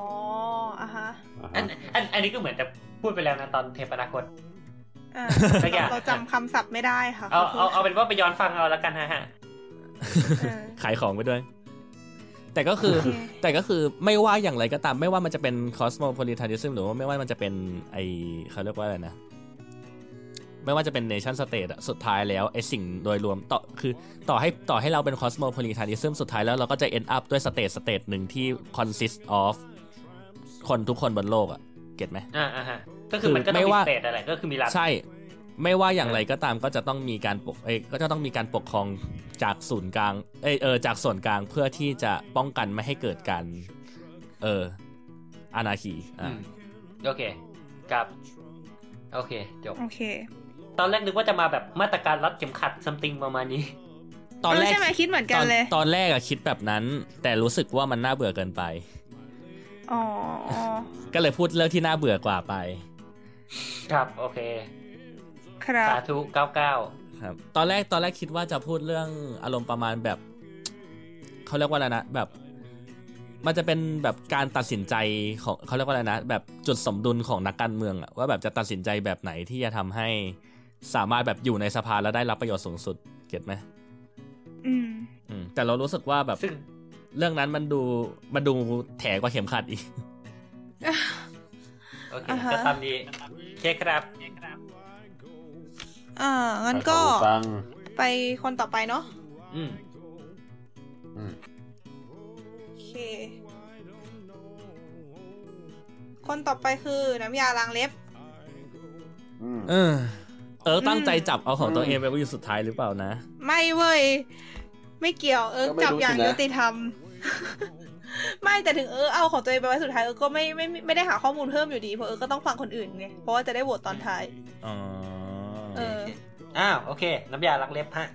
S1: อ่ะฮะ
S3: อ่า
S4: อั
S3: ฮะ
S4: นอันอันนี้ก็เหมือนจะพูดไปแล้วนะตอนเทปอนาคต
S1: อ่ะ
S4: สักอย่าง
S1: เราจำคำศัพท์ไม่ได้ค่ะ
S4: เอาเอา
S1: ข
S4: เอา
S1: โทษ
S4: เป็นว่าไปย้อนฟังเอาแล้วกันฮะฮะ
S1: ค่ะ
S2: ขายของไปด้วย แต่ก็คือ
S1: โอเค
S2: แต่ก็คือไม่ว่าอย่างไรก็ตาม ไม่ว่ามันจะเป็น cosmopolitanism หรือว่าไม่ว่ามันจะเป็นไอเขาเรียกว่าอะไรนะ ไม่ว่าจะเป็น nation state อะสุดท้ายแล้วไอสิ่งโดยรวมต่อคือต่อให้ต่อให้เราเป็น cosmopolitanism สุดท้ายแล้วเราก็จะ end up ด้วย state state หนึ่งที่ consist of คนทุกคนบนโลกอะเก็ตไหม
S4: อ่าอ่าฮะก็คือมันก็ต้
S2: ไม่
S4: องมี
S2: ว่า
S4: สเตทอะไรก็คือมีรัฐ
S2: ใช่ไม่ว่าอย่างไรก็ตามก็จะต้องมีการปกเอ้ยก็จะต้องมีการปกครองจากศูนย์กลางเอยเออจากส่วนกลางเพื่อที่จะป้องกันไม่ให้เกิดการเอออานาคีอ่ะ
S4: อืมโอเคครับโอเคจบ
S1: โอเค
S4: ตอนแรกนึกว่าจะมาแบบมาตรการรัดเข็มขัดซัมติงประมาณนี้
S2: ตอนแรก
S1: ใช่ไหมคิดเหมือน
S2: ต
S1: กัน
S2: อน
S1: เลย
S2: ตอนแรกอะคิดแบบนั้น แต่รู้สึกว่ามันน่าเบื่อเกินไป
S1: อ๋อ
S2: ก็เลยพูดเรื่องที่น่าเบื่อกว่าไป
S4: ครับ โอเค
S1: ครั
S4: สา
S1: บ
S4: ธุเก้าเก้า
S2: ครับตอนแรกตอนแรกคิดว่าจะพูดเรื่องอารมณ์ประมาณแบบเขาเรียกว่าอะไรนะแบบ มันจะเป็นแบบการตัดสินใจของเขาเรียกว่าอะไรนะ แบบจุดสมดุลของนักการเมืองอะว่าแบบจะตัดสินใจแบบไหนที่จะทำให้สามารถแบบอยู่ในสภาแล้วได้รับประโยชน์สูงสุดเก็ตไหม
S1: อืม
S2: อืมแต่เรารู้สึกว่าแบบ
S4: ซึ่ง
S2: เรื่องนั้นมันดูมันดูแถกว่าเข็มขัดอีก
S4: โอเค
S1: อ่าฮะ
S4: ก็ตามนี้โอเคครับ
S1: อ่างั้นก็
S3: ขอบคุณฟัง
S1: ไปคนต่อไปเนาะ
S4: อืม
S3: อืม
S1: โอเค คนต่อไปคือน้ำยาล้างเล็บ
S3: อืม
S2: เออ เออตั้งใจจับเอาของตัว
S3: อืม
S2: เองไปไว้อยู่สุดท้ายหรือเปล่านะ
S1: ไม่เว้ย ไม่เกี่ยวเออ
S3: ก็ไม่
S1: กลับ
S3: รู้
S1: อย่าง
S3: สินะ
S1: ยุติธรรม *laughs* ไม่แต่ถึงเออเอาของตัวเองไปไว้สุดท้ายเออก็ไม่ไม่ไม่ไม่ได้หาข้อมูลเพิ่มอยู่ดีเพราะเออก็ต้องฟังคนอื่นไงเพราะว่าจะได้โหวตตอนท้าย
S2: อ๋อ
S1: เออ
S4: อ้าว โอเค น้ำยาล้างเล็บฮะ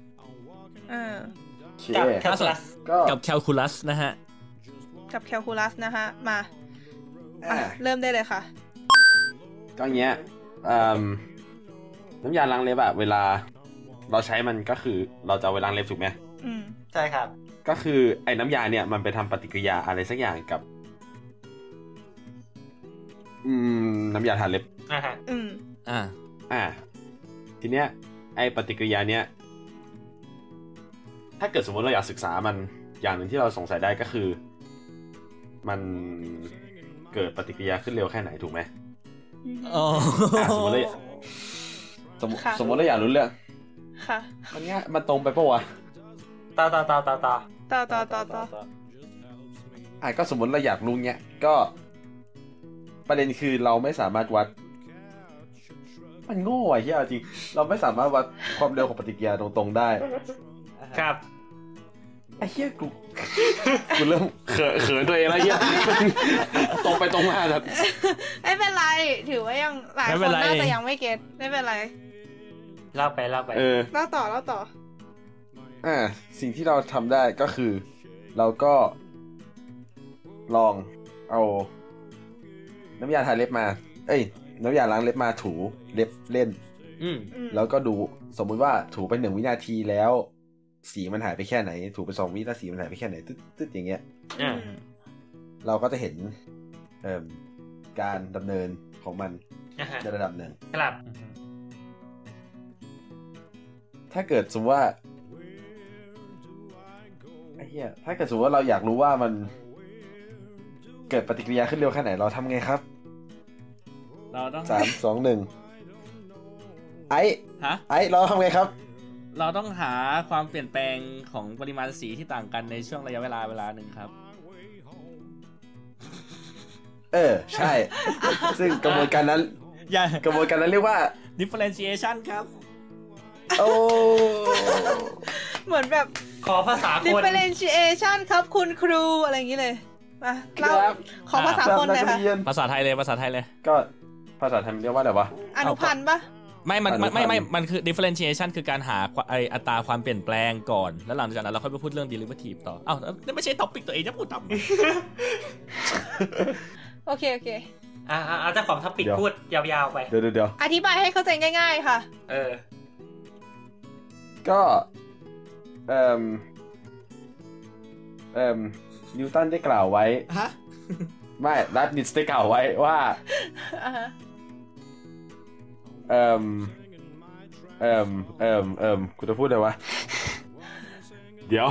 S1: เออ
S3: โอเค
S4: กับแคลคูลัส
S3: ก็
S2: กับแคลคูลัสนะฮะ
S1: กับแคลคูลัสนะคะมา
S3: อ่ะ
S1: อ่ะเริ่มได้เลยค่ะ
S3: ก็อย่างเงี้ยอืมน้ำยาล้างเล็บอะเวลา เราใช้มันก็คือเราจะเอาไปล้างเล็บถูกไหม
S1: อืม
S4: ใช่ครับ
S3: ก็คือไอ้น้ำยาเนี่ยมันไปทำปฏิกิริยาอะไรสักอย่างกับ อืมน้ำยาทาเล็บ
S4: อ่าฮะ
S1: อืม
S2: อ่า
S3: อ่า ทีเนี้ย ไอ้ปฏิกิริยาเนี้ยถ้าเกิดสมมติเราอยากศึกษามันอย่างหนึ่งที่เราสงสัยได้ก็คือ มันเกิดปฏิกิริยาขึ้นเร็วแค่ไหนถูกไหม
S2: อ๋อ
S3: อ่ะสมมติเราสมมุติ
S1: ค่ะ
S3: สมมติเราอยากรู้เรื่อง
S1: ค่ะ
S3: มันง่ายมันตรงไปปะวะ
S4: ต่อต่อต่อต่อต่อ
S1: ต่อต่อต่อต่อ
S3: อ่ะก็สมมติเราอยากรู้เนี้ยก็ ประเด็นคือเราไม่สามารถวัด มันโง่ไอ้เหี้ยเอาจริง เราไม่สามารถวัดความเร็วของปฏิกิริยาตรงๆได้
S4: ครับ
S3: ไอ้เหี้ยกู กูเริ่มเขินเขินตัวเองแล้วเหี้ย ตรงไปตรงมาแบบ
S1: ไม่เป็นไร ถือว่ายังหลาย
S2: ไม่
S1: ค
S2: เป็น
S1: น
S2: ไร
S1: น่าจะยังไม่เก็ตไม่เป็นไร
S4: เล่าไปเล่าไป
S3: เออ
S1: เล่าต่อเล่าต่อ
S3: อ่าสิ่งที่เราทำได้ก็คือ เราก็ ลองเอา น้ำยาทาเล็บมา เอ้ย น้ำยาล้างเล็บมาถูเล็บเล่น
S4: อืม
S1: อืม
S3: แล้วก็ดูสมมุติว่าถูไปหนึ่งวินาทีแล้ว สีมันหายไปแค่ไหน ถูไปสองวิแล้วสีมันหายไปแค่ไหนตึ๊ดตึ๊ดอย่างเงี้ย
S4: อ่า
S3: เราก็จะเห็นเอ่มการดำเนินของมัน
S4: อ่าฮะ
S3: ในระดับหนึ่ง
S4: ครับ
S3: ถ้าเกิดสมมติว่าไอ้เหี้ยถ้าเกิดสมมติว่าเราอยากรู้ว่ามัน เกิดปฏิกิริยาขึ้นเร็วแค่ไหนเราทำไงครับ
S2: เราต้อง
S3: สามสองหนึ่งไอ้
S2: ฮะ
S3: ไอ้เราทำไงครับ
S2: เราต้องหาความเปลี่ยนแปลงของปริมาณสีที่ต่างกันในช่วงระยะเวลาเวลาหนึ่งครับ
S3: เออ ใช่ ซึ่งกระบวนการนั้น
S2: อย่า
S3: กระบวนการนั้นเรียกว่า
S2: differentiation ครับ
S3: โอ้
S1: เหมือนแบบ
S4: ขอภาษาคน
S1: differentiation ครับคุณครูอะไรอย่างนี้เลยมาเล่าขอภาษาคนหน่อยค่ะ
S3: เรียน
S2: ภาษาไทยเลย ภาษาไทยเลย
S3: ก็ภาษาไทยมันเรียกว่าอะไรวะ
S1: อนุพันธ์ปะ
S2: ไม่มัน
S3: อ่ะ
S2: มันไม่
S3: หนู
S2: ไม่
S3: ทำ
S2: มันคือ differentiation คือการหาไออัตราความเปลี่ยนแปลงก่อน แล้วหลังจากนั้นเราค่อยไปพูดเรื่อง derivative ต่อ เอ้านั่นไม่ใช่ท็อปิกตัวเองจะพูดทำไม
S1: โอเคโอเค
S4: อ่าอ่าเอาเจ้าของทับปิด
S3: เดี๋ยว
S4: พูดยาวๆไป
S3: เดี๋ยวเดี๋ยวเดี๋ยว
S1: อธิบายให้เข้าใจง่าย ๆ ค่ะ *laughs*
S4: เออ
S3: ก็เอ่มเอ่มนิวตันได้กล่าวไว้
S2: ฮะ
S3: ไม่รัดนิสได้กล่าวไว้ว่า
S1: อ่าฮะ
S3: เอ่มเอ่มเอ่มเอ่มกูจะพูดอะไรวะ เดี๋ยว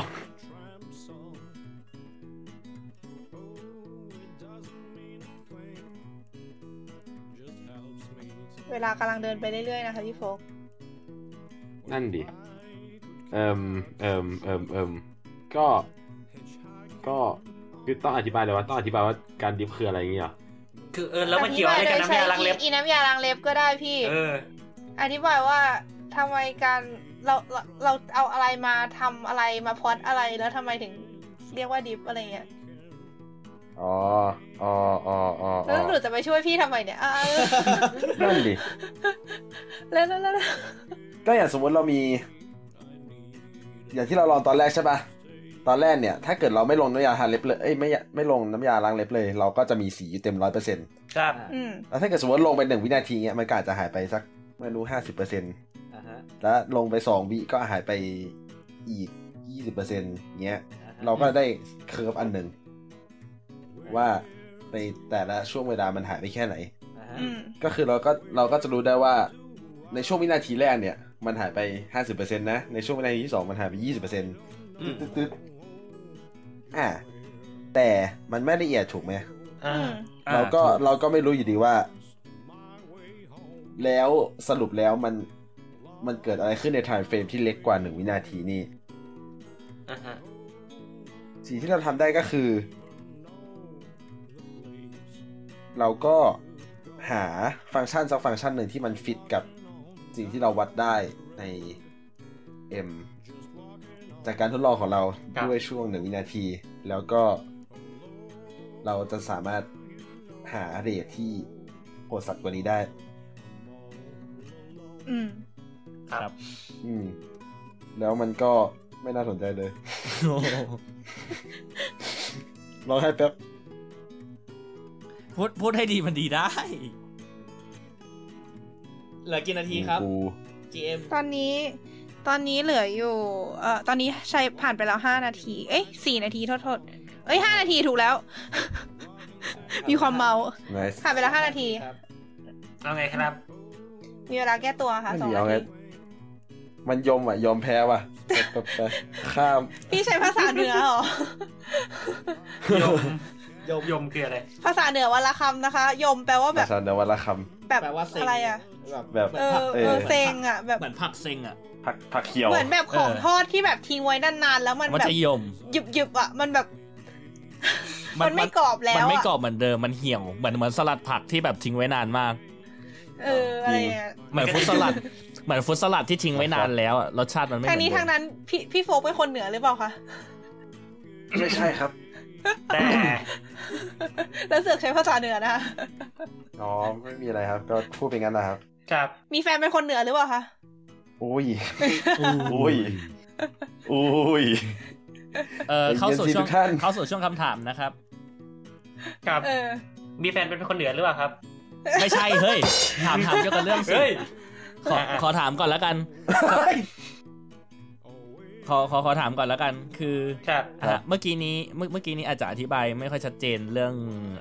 S1: เวลากำลังเดินไปเรื่อยๆนะคะพี่โฟก
S3: นั่นดิ เอ่มเอ่มเอ่มเอ่มก็ก็คือต้องอธิบายเลยว่าต้องอธิบายว่าการดิฟคืออะไรอย่างเงี้ยเหรอ
S4: คือเออแล้วมันเกี่ยวอะไรกับน้ำยาล้างเล็บ
S1: อธิบโดใช้อีน้ำยาล้างเล็บก็ได้พี่
S4: เออ
S1: อธิบายว่าทำไมการเราเราเราเอาอะไรมาทำอะไรมาพอดอะไรแล้วทำไมถึงเรียกว่าดิฟอะไรเงี้ย
S3: อ๋ออ๋ออ๋ออ๋ออ๋
S1: แล้วหนู
S3: อ
S1: จะไปช่วยพี่ทำไม
S4: *laughs*
S1: เนี่ยอ่ะอ่ะ *laughs*
S3: นั่นดิ
S1: แล้วแล้วแล้วแล้ว
S3: ก็อย่างสมมติเรามี อย่างที่เราลองตอนแรกใช่ปะตอนแรกเนี่ย ถ้าเกิดเราไม่ลงน้ำยาทาเล็บเลยเอ้ยไม่ไม่ลงน้ำยาล้างเล็บเลย เราก็จะมีสีอยู่เต็มร้อยเปอร์เซ็นต์
S4: ครับ
S1: อืม
S3: แล้วถ้าเกิดสมมติลงไปหนึ่งวินาทีเงี้ยมันก็อาจจะหายไปสักไม่รู้ห้าสิบเปอร์เซ็นต์
S2: อ่าฮะ
S3: แล้วลงไปสองวิก็หายไปอีกยี่สิบเปอร์เซ็นต์เงี้ย
S2: อ่ฮะ
S3: เราก็ได้เคิร์ฟอันหนึ่งว่าในแต่ละช่วงเวลามันหายไปแค่ไหน
S2: อ่าฮะ
S1: อืม
S3: ก็คือเราก็เราก็จะรู้ได้ว่าในช่วงวินาทีแรกเนี่ย มันหายไปห้าสิบเปอร์เซ็นต์นะ ในช่วงวินาทีที่สองมันหายไปยี่สิบเปอร์เซ็นต์
S4: อืม
S3: ตึ๊ดๆอ่าแต่มันไม่ละเอียดถูกไหม
S4: อ่า
S1: อืม
S2: อ่
S3: เราก็
S2: ถู
S3: เราก็ไม่รู้อยู่ดีว่า แล้วสรุปแล้วมันมันเกิดอะไรขึ้นใน time frame ที่เล็กกว่าหนึ่งวินาทีนี่
S4: อ่าฮะ
S3: สิ่งที่เราทำได้ก็คือ เราก็หาฟังก์ชันสักฟังก์ชันหนึ่งที่มันฟิตกับสิ่งที่เราวัดได้ใน m จากการทดลองของเรา
S4: ครับ
S3: ด้วยช่วงหนึ่งวินาที แล้วก็ เราจะสามารถหาเรทที่โหดสัตว์กว่านี้ได้
S1: อืม
S4: ครับ
S2: ครับ
S3: อืม แล้วมันก็ไม่น่าสนใจเลย
S2: โอ้โห
S3: ลองให้แป๊บ
S2: *laughs* พูดพูดให้ดีมันดีได้ เหลือกี่นาทีครับ
S3: กู
S2: GM
S1: ตอนนี้ตอนนี้เหลืออยู่เอ่อตอนนี้ใช้ผ่านไปแล้วห้านาที เอ้ยสี่นาทีโทษโทษเอ้ยห้านาทีถูกแล้ว มีความเมา
S3: nice
S1: ผ่านไปแล้วห้านาที
S2: ครับ
S4: เอาไงครับ
S1: มีเวลาแก้ตัวค่ะ
S3: ไม่
S1: สอง
S3: ดี
S1: นา
S3: เอาไง
S1: ที
S3: มันยอมอ่ะ ยอมแพ้
S1: *laughs*
S3: ว่ะไปไปไปข้าม
S1: พี่ใช้ภาษาเหนือเหรอ *laughs*
S4: ยม
S2: ยม
S4: ยมคืออะไร
S1: ภาษาเหนือวันละคำนะคะ ยมแปลว่าแบ
S3: ภา
S1: บ
S3: ษาเนวรละค
S1: แบบ
S2: แปลว่าเซ็ง
S1: อะไรอ่ะ
S3: แบบ
S1: เออ
S3: เอ
S1: เอ
S3: อ
S1: อเซ็งอ่ะ แบบ
S2: เหมือนผักเซ็งอ่ะ
S3: ำผักผักเขียว
S1: เหมือนแบบของ
S2: เออ
S1: ทอดที่แบบทิ้งไว้นานๆแล้วมัน
S2: มัน
S1: แบบ
S2: จะยม
S1: หยุบหยุบๆอ่ะ มันแบบ มันไม่กรอบแล้ว
S2: มันไม่
S1: อ่ะ
S2: กรอบเหมือนเดิมมันเหี่ยวเหมือนเหมือนสลัดผักที่แบบทิ้งไว้นานมาก
S1: เอออะไรอย่างเงี้ย
S2: เหมือนฟรุตส
S1: *laughs*
S2: ลัด เหมือนฟรุตสลัดที่ทิ้งไว้นานแล้วอะรสชาติมันไม่เหมื
S1: ทา
S2: อง น
S1: นี้
S2: เดิ
S1: ทาง
S2: ม
S1: นั้นพี่พี่โฟกเป็นคนเหนือหรือเปล่าคะ *laughs*
S3: ไม่ใช่ครับ
S4: แต่
S1: แล้วเสือกใช้ภาษาเหนือนะคะ
S3: อ๋อ ไม่มีอะไรครับ ก็พูดเป็นงั้นนะครับ
S4: ครับ
S1: มีแฟนเป็นคนเหนือหรือเปล่าคะ
S3: อุ้ย อุ้ *laughs*
S2: อุ้
S3: ย
S2: ย
S3: อุ้ย
S2: เออเข้าสู่ช่วง
S3: เย็นๆสิทุกท่าน
S2: เข้าสู่ช่วงคำถามนะครับ
S4: ครับ
S1: เออ
S4: มีแฟนเป็นคนเหนือหรือเปล่าครับ
S2: ไม่ใช่เฮ้ยถามถามเกี่ยวกับเรื่องสิ
S4: เฮ้ย
S2: ขอขอถามก่อนแล้วกัน ขอขอขอถามก่อนแล้วกัน คือ
S4: ครับ
S2: อ่ะเมื่อกี้นี้เมื่อเมื่อกี้นี้อาจจะอธิบายไม่ค่อยชัดเจนเรื่อง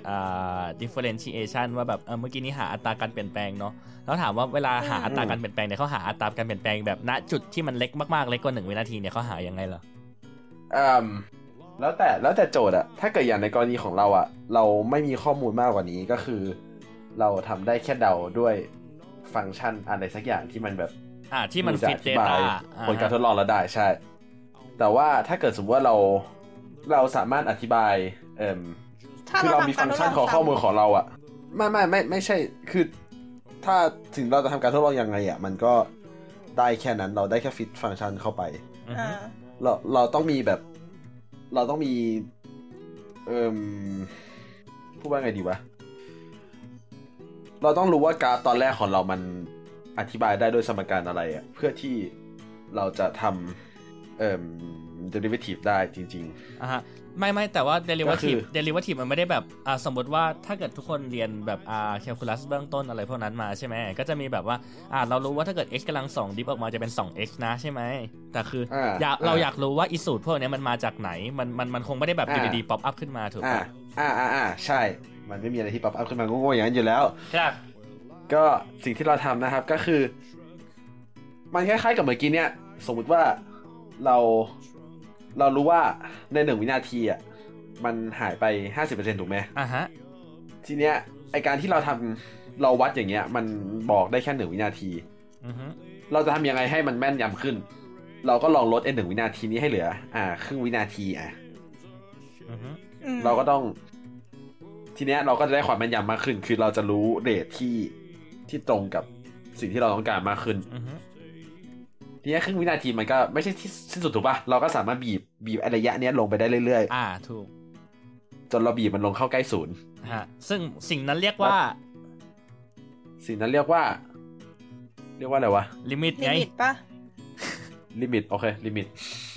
S2: อ่า differentiation ว่าแบบเออเมื่อกี้นี้หาอัตราการเปลี่ยนแปลงเนาะแล้วถามว่าเวลาหาอัตราการเปลี่ยนแปลงเนี่ยเขาหาอัตราการเปลี่ยนแปลงแบบณจุดที่มันเล็กมากๆเล็กกว่าหนึ่งวินาทีเนี่ยเขาหายังไงเหรอ
S3: อืมแล้วแต่แล้วแต่โจทย์อะถ้าเกิดอย่างในกรณีของเราอะเราไม่มีข้อมูลมากกว่านี้ก็คือ เราทำได้แค่เดาด้วยฟังก์ชันอะไรสักอย่างที่มันแบบ
S2: อ่าที่มัน
S3: ดูจะ
S2: ฟิต
S3: อ
S2: เด
S3: ธิบาย
S2: ต้า
S3: ผลการทดลองแล้วได้ใช่ แต่ว่าถ้าเกิดสมมติว่าเราเราสามารถอธิบายเอ่ม
S1: ถ้า
S3: คือ
S1: เรา
S3: เรามี
S1: ทำ
S3: ฟั
S1: การท
S3: งก์
S1: ดล
S3: ชั
S1: อน ง
S3: ของข้อมูล
S1: ซ้
S3: ของเราอะไม่ไม่ไม่ไม่ใช่ คือถ้าถึงเราจะทำการทดลองยังไงอะมันก็ได้แค่นั้นเราได้แค่ฟิตฟังก์ชันเข้าไป
S1: ำอ่า
S3: เราเราต้องมีแบบ เราต้องมี เอ่มพูดว่าไงดีวะ เราต้องรู้ว่ากราฟตอนแรกของเรามันอธิบายได้ด้วยสมการอะไรอะเพื่อที่เราจะทำเอ่ม derivative ได้จริง
S2: อ่าฮะไม่ไม่แต่ว่า derivative
S3: ก็คือ
S2: derivative มันไม่ได้แบบอ่าสมมติว่าถ้าเกิดทุกคนเรียนแบบอ่า calculus เบื้องต้นอะไรพวกนั้นมาใช่ไหมก็จะมีแบบว่าอ่าเรารู้ว่าถ้าเกิด x กำลัง2ดิฟออกมาจะเป็น 2x นะใช่ไหมแต่คืออา อยาก
S3: อ่า
S2: เราอยากรู้ว่าอีสูตรพวกเนี้ยมันมาจากไหน มันมันมันคงไม่ได้แบบอยู่
S3: อ่า
S2: ดีๆ pop up ขึ้นมาถูก
S3: ๆ อ่า
S2: ปะ
S3: อ่าอ่าอ่าใช่ มันไม่มีอะไรที่ป๊อปอัพขึ้นมาโง่ๆอย่างนั้นอยู่แล้ว
S4: ครับ
S3: ก็สิ่งที่เราทำนะครับก็คือ มันคล้ายๆกับเมื่อกี้เนี่ย สมมุติว่าเราเรารู้ว่าในหนึ่งวินาทีอ่ะมันหายไป 50%ถูกไหม
S2: อ่าฮะ
S3: ทีเนี้ยไอการที่เราทำเราวัดอย่างเงี้ย มันบอกได้แค่หนึ่งวินาที
S2: อือฮึ
S3: เราจะทำยังไงให้มันแม่นยำขึ้น เราก็ลองลดไอหนึ่งวินาทีนี้ให้เหลือ อ่า ครึ่งวินาทีอ่ะ
S2: อือฮึ
S1: อืม
S3: เราก็ต้อง ทีเนี้ยเราก็จะได้ความแม่นยำมากขึ้น คือเราจะรู้เรทที่ที่ตรงกับสิ่งที่เราต้องการมากขึ้น
S2: อือฮึ
S3: ทีนี้ครึ่งวินาทีมันก็ไม่ใช่ที่สิ้นสุดถูกปะเราก็สามารถบีบบีบไอ้ระยะเนี้ยลงไปได้เรื่อย
S2: อ่าถูก
S3: ๆ จนเราบีบมันลงเข้าใกล้ศูนย์
S2: ฮะซึ่งสิ่งนั้นเรียกว่า
S3: สิ่งนั้นเรียกว่า เรียกว่าอะไรวะ
S2: limit
S1: ลิ
S2: ไง
S1: มิตปะ
S3: ลิมิตโอเคลิมิต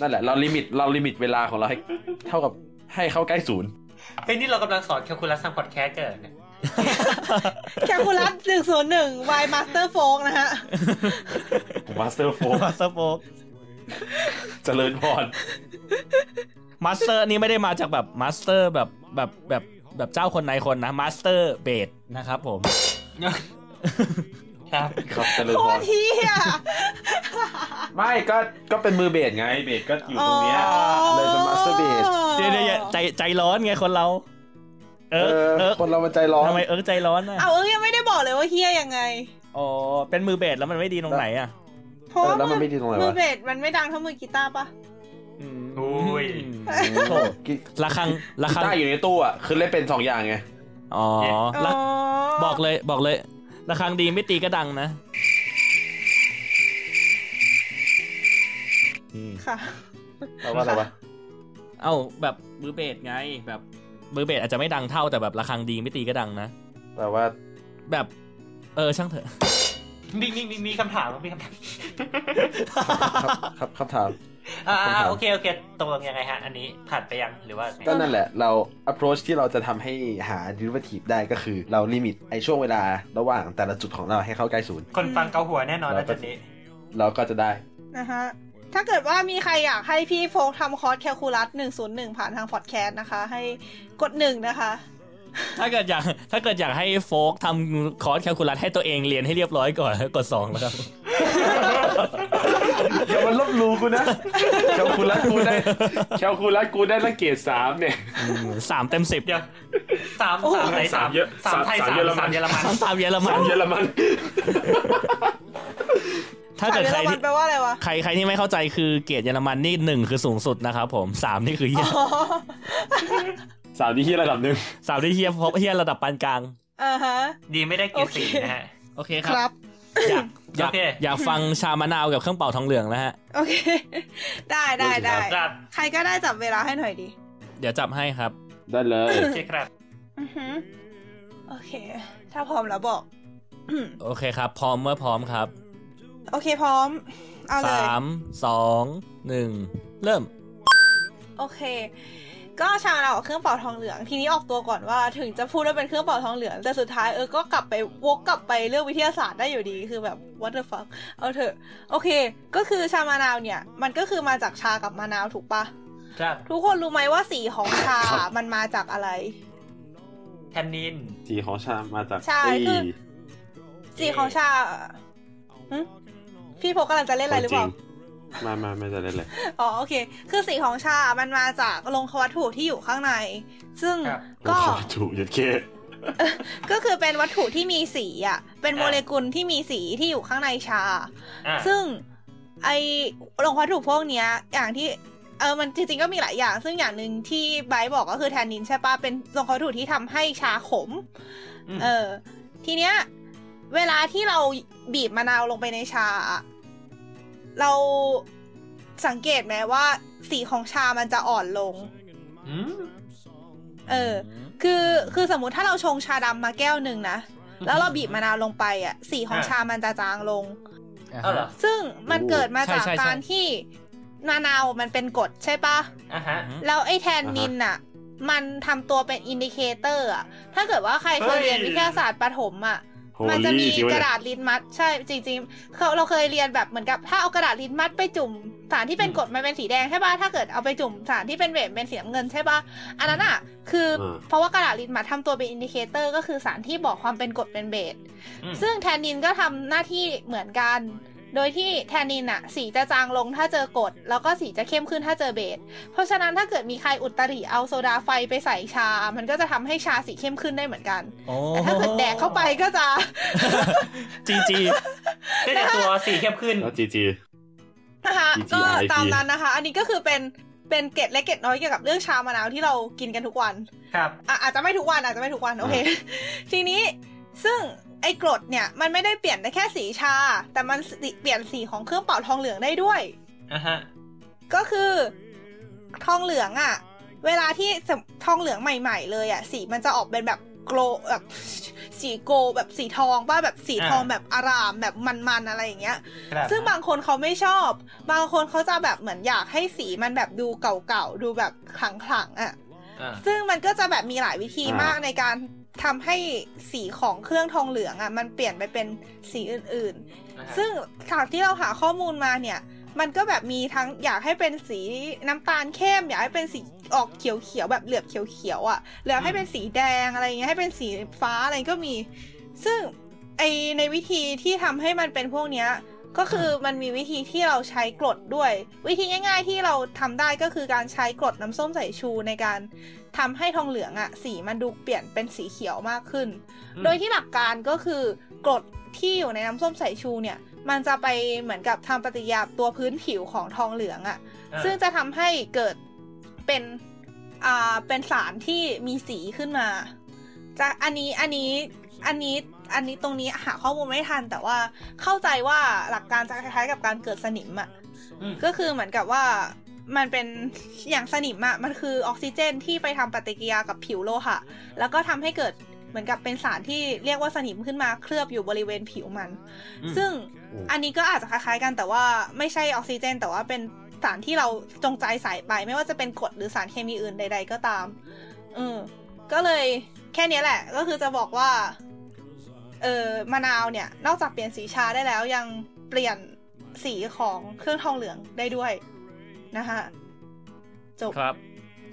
S3: นั่นแหละเราลิมิตเราลิมิตเวลาของเราให้เท่ากับให้เข้าใกล้ศูน *laughs* ย์
S4: เฮ้ยนี่เรากำลังสอนแคลคูลัสทางพอดแคสต์กันเหรอเนี่ย
S1: แคคูลัสหนึ่งศูนย์หนึ่งวายมาสเตอร์โฟกนะฮะ
S3: มาสเตอร์โฟ
S2: มา *laughs* สเตอร์โฟก
S3: เจริญพร
S2: มาสเตอร์นี่ไม่ได้มาจากแบบมาสเตอร์แบบแบบแบบแบบเจ้าคนในายคนนะมาสเตอร์เบดนะครับผม
S4: ครับ
S3: ครับเจริญ
S1: โค
S3: พ
S1: ตร
S3: ร
S1: เฮีย
S3: ไม่ก็ก็เป็นมือเบสไงเบสก็อยู่ตรงเนี้ย เลยเป็น master base
S2: เดี๋ยวเดี๋ยวอย่าใจใจร้อนไงคนเรา เอ
S3: เอ
S2: อเอ
S3: อ
S2: อ
S3: คนเรามันใจร้อน
S2: ทำไมเออใจร้อนน่ะ
S1: เอาเอ้ยยังไม่ได้บอกเลยว่าเฮียยังไง
S2: อ๋อเป็นมือเบสแล้วมันไม่ดีตรงไหนอ่ะ
S1: เพราะ
S3: เออ
S1: ว่า
S3: แล้วมันไม่ดีตรงไหนวะ
S1: มือเบสมันไม่ดังเท่ามือกีตาร์ปะ
S4: โอ้ย
S2: โถ
S3: กี
S2: ระคังระ
S3: กี
S2: คัง
S3: ตาร์อยู่ในตู้อ่ะคือเล่นเป็นสองอย่างไง
S2: อ๋อ
S1: อ๋
S2: ระ
S1: อ
S2: บอกเลยบอกเลยระคังดีไม่ตีก็ดังนะอืม
S1: ค่ะ
S3: เราว่าอะไรวะ
S2: เอ้าแบบมือเบสไง แบบมือเบสอาจจะไม่ดังเท่าแต่แบบระฆังดีไม่ตีก็ดังนะ
S3: เราว่า
S2: แบบ เออช่างเถอะ
S4: มีมีมีมีคำถามมี
S1: *laughs*
S4: คำถาม
S3: ครับครับคำถาม
S4: อ่า
S3: คำถาม
S4: โอเคโอเคตกลงยังไงฮะ อันนี้ผ่านไปยังหรือว่าไง
S3: ก็นั่นแหละ เรา approach ที่เราจะทำให้หา derivative ได้ก็คือ เรา limit ไอช่วงเวลาระหว่างแต่ละจุดของเราให้เข้าใกล้ศูนย์
S4: คนฟังเกาหัวแน่นอนนะจุดนี้
S3: เราก็จะได้
S1: นะคะถ้าเกิดว่ามีใครอยากให้พี่โฟกทำคอร์สแคลคูลัส 101 ผ่านทางพอดแคสต์นะคะ ให้กดหนึ่งนะคะ
S2: ถ้าเกิดอยากถ้าเกิดอยากให้โฟกซ์ทำคอร์สแคลคูลัสให้ตัวเองเรียนให้เรียบร้อยก่อน *laughs* แล้วกดสองแล้วครับ
S3: อย่ามาลบหลูกูนะ
S6: *laughs*
S3: เจ้าคุณรักกูได้
S6: แคลคูลัสกูได้ละเกรดสามเนี่ย
S2: สามเต็มสิบ
S4: เดี๋ยวสามสามไหนสา
S6: สามมเยอะ
S4: สามไทย
S6: สาม
S4: สาม
S6: เยอรมัน
S4: สามเยอรมัน
S2: สาม
S1: *laughs*
S2: เยอรมัน
S6: เยอรมัน
S2: ถ้าเกิดใคร
S1: สามเยอรมั
S2: ที่
S1: นแปลว่าอะไรวะ
S2: ใครใครที่ไม่เข้าใจคือเกรดเยอรมันนี่หนึ่งคือสูงสุดนะครับผมสามนี่คือเฮีย
S1: *laughs* อ๋อ
S6: สามที่เฮียระดับหนึ่ง
S2: สามที่เฮียเพราะเฮียระดับปานกลาง
S1: อ่าฮะ
S4: ดีไม่ได้เกรดสี่นะฮะ
S2: โอเคค
S1: ครับ รับ
S2: อยากอยาก
S4: โอเค
S2: อยากฟังชามะนาวกับเครื่องเป่าทองเหลืองแล้วฮะ
S1: โอเค *laughs* ได้ได้ได้
S4: ครับ
S1: ใครก็ได้จับเวลาให้หน่อยดี
S2: เดี๋ยวจับให้ครับ
S6: ได้เลย
S4: โอเคครับ
S1: อือหือโอเค ถ้าพร้อมแล้วบอก *coughs*
S2: โอเคครับ พร้อมเมื่อพร้อมครับ
S1: โอเคพร้อม เอาเลย
S2: สามสองหนึ่งเริ่ม
S1: โอเค ก็ชาวเราเครื่องเป่าทองเหลือง ทีนี้ออกตัวก่อนว่าถึงจะพูดว่าเป็นเครื่องเป่าทองเหลือง แต่สุดท้ายเออ ก็กลับไปวกกลับไปเรื่องวิทยาศาสตร์ได้อยู่ดีคือแบบ what the fuck เอาเถอะ โอเค ก็คือชามะนาวเนี่ย มันก็คือมาจากชากับมะนาวถูกปะ
S4: ครับ
S1: ทุกคนรู้ไหมว่าสีของชา มันมาจากอะไร
S4: แทนนิน
S6: สีของชามมาจาก
S1: ใช่คือ สีของชาหึพี่โพกกำลังจะเล่นอะไรหรือเปล่า
S6: มามาไม่จะได้เลย
S1: อ๋อโอเค คือสีของชา มันมาจากโลงควัตถุที่อยู่ข้างใน ซึ่ง
S4: ครับ
S1: ก็
S6: ถูกยัดเค
S1: ก็คือเป็นวัตถุที่มีสีอ่ะ เป็น
S4: อ่ะ
S1: โมเลกุลที่มีสีที่อยู่ข้างในชา
S4: อ่า
S1: ซึ่งไอโลงวัตถุพวกเนี้ย อย่างที่ เออ มันจริงๆก็มีหลายอย่าง ซึ่งอย่างหนึ่งที่ไบร์ทบอกก็คือแทนนินใช่ปะเป็นโลงวัตถุที่ทำให้ชาขม
S4: ม
S1: เออ ทีเนี้ย เวลาที่เราบีบมะนาวลงไปในชาอะเราสังเกตไหมว่า สีของชามันจะอ่อนลง
S4: ม
S1: เออ คือคือสมมติถ้าเราชงชาดำมาแก้วหนึ่งนะ แล้วเราบีบมะนาวลงไปอ่ะ สีของชามันจะจางลง
S4: เอาเหรอ
S1: ซึ่งมันเกิดมาจาก
S2: ใช่ใช่ใช่
S1: การที่มะนาวมันเป็นกรดใช่ปะ
S4: อ่ะฮะ
S1: แล้วไอ้แทนนินน่ะ มันทำตัวเป็นอินดิเคเตอร์อ่ะ ถ้าเกิดว่าใครเคย
S4: เฮ้ย
S1: เรียนวิทยาศาสตร์ประถมอ่ะ
S6: โฮ
S1: มันจะมี
S6: ลี่จริง
S1: ก
S6: วะ
S1: ระ
S6: เนี่ย
S1: ดาษลิ้นมัดใช่จริงๆเขาเราเคยเรียนแบบเหมือนกับถ้าเอากระดาษลิ้นมัดไปจุ่มสารที่เป็นกรดมันเป็นสีแดงใช่ป่ะถ้าเกิดเอาไปจุ่มสารที่เป็นเวทเป็นสีน้ำเงินใช่ป่ะอันนั้นอ่ะคืออา เพราะว่ากระดาษลิ้นมัดทำตัวเป็นอินดิเคเตอร์ก็คือสารที่บอกความเป็นกรดเป็นเบส
S4: อืม
S1: ซึ่งแทนนินก็ทำหน้าที่เหมือนกัน โดยที่แทนนินอ่ะ สีจะจางลงถ้าเจอกรดแล้วก็สีจะเข้มขึ้นถ้าเจอเบสเพราะฉะนั้นถ้าเกิดมีใครอุตริเอาโซดาไฟไปใส่ชา มันก็จะทำให้ชาสีเข้มขึ้นได้เหมือนกัน
S2: โอ้
S1: แต่ถ้าเกิดแดกเข้าไปก็จะ *laughs*
S2: *laughs* จีจี
S4: ได้แต่ตัวสีเข้มขึ้น
S6: แล้วจีจี
S1: นะคะ
S6: จริงๆ
S1: ก็
S6: RIP
S1: ตามนั้นนะคะ อันนี้ก็คือเป็นเป็นเกร็ดและเกร็ดน้อยเกี่ยวกับเรื่องชามะนาวที่เรากินกันทุกวัน
S4: ครับ
S1: อ่ะอาจจะไม่ทุกวันอาจจะไม่ทุกวันโอเค ทีนี้ซึ่งไอ้กรดเนี่ยมันไม่ได้เปลี่ยนได้แค่สีชา แต่มันสิเปลี่ยนสีของเครื่องเป่าทองเหลืองได้ด้วย
S4: อ่ะฮะ
S1: ก็คือทองเหลืองอะเวลาที่สมทองเหลืองใหม่ ๆ เลยอะสีมันจะออกเป็นแบบโกลแบบ *laughs* สีโกลแบบสีทองว่าแบบสีทอง
S4: อ่า
S1: แบบอารามแบบมันๆอะไรอย่างเงี้ย
S4: ครับ
S1: ซึ่งบางคนเขาไม่ชอบ บางคนเขาจะแบบเหมือนอยากให้สีมันแบบดูเก่าๆ ดูแบบขลังๆอ่ะ
S4: อ่า
S1: ซึ่งมันก็จะแบบมีหลายวิธี
S6: อ่าม
S1: มากในการทำให้สีของเครื่องทองเหลืองอ่ะ มันเปลี่ยนไปเป็นสีอื่น
S4: อ่ะฮะ
S1: ๆ ซึ่งจากที่เราหาข้อมูลมาเนี่ย มันก็แบบมีทั้งอยากให้เป็นสีน้ำตาลเข้ม อยากให้เป็นสีออกเขียวๆแบบเหลือบเขียวๆอ่ะหรือให้เป็นสีแดงอะไรอย่างเงี้ยให้เป็นสีฟ้าอะไรก็มี ซึ่งไอในวิธีที่ทำให้มันเป็นพวกเนี้ย ก็คือมันมีวิธีที่เราใช้กรดด้วย วิธีง่าย ๆ ที่เราทำได้ก็คือการใช้กรดน้ำส้มสายชูในการทำให้ทองเหลืองอะสีมันดูเปลี่ยนเป็นสีเขียวมากขึ้น
S4: อืม
S1: โดยที่หลักการก็คือกรดที่อยู่ในน้ำส้มสายชูเนี่ย มันจะไปเหมือนกับทำปฏิกิริยาตัวพื้นผิวของทองเหลืองอะ
S4: อ่า
S1: ซึ่งจะทำให้เกิดเป็นอ่าเป็นสารที่มีสีขึ้นมาจะอันนี้อันนี้อันนี้อันนี้ตรงนี้หาข้อมูลไม่ทัน แต่ว่าเข้าใจว่าหลักการจะคล้ายๆกับการเกิดสนิมอะ
S4: อืม
S1: ก็คือเหมือนกับว่า มันเป็นอย่างสนิมอะมันคือออกซิเจนที่ไปทำปฏิกิริยากับผิวโลหะ แล้วก็ทำให้เกิดเหมือนกับเป็นสารที่เรียกว่าสนิมขึ้นมาเคลือบอยู่บริเวณผิวมัน
S2: อืม
S1: ซึ่ง
S3: อืม
S1: อันนี้ก็อาจจะคล้ายๆกันแต่ว่าไม่ใช่ออกซิเจน แต่ว่าเป็นสารที่เราจงใจใส่ไป ไม่ว่าจะเป็นกรดหรือสารเคมีอื่นใด ๆ ก็ตามเออก็เลยแค่เนี้ยแหละ ก็คือจะบอกว่า เออมะนาวเนี่ย นอกจากเปลี่ยนสีชาได้แล้วยังเปลี่ยนสีของเครื่องทองเหลืองได้ด้วยนะคะจบ
S2: ครับ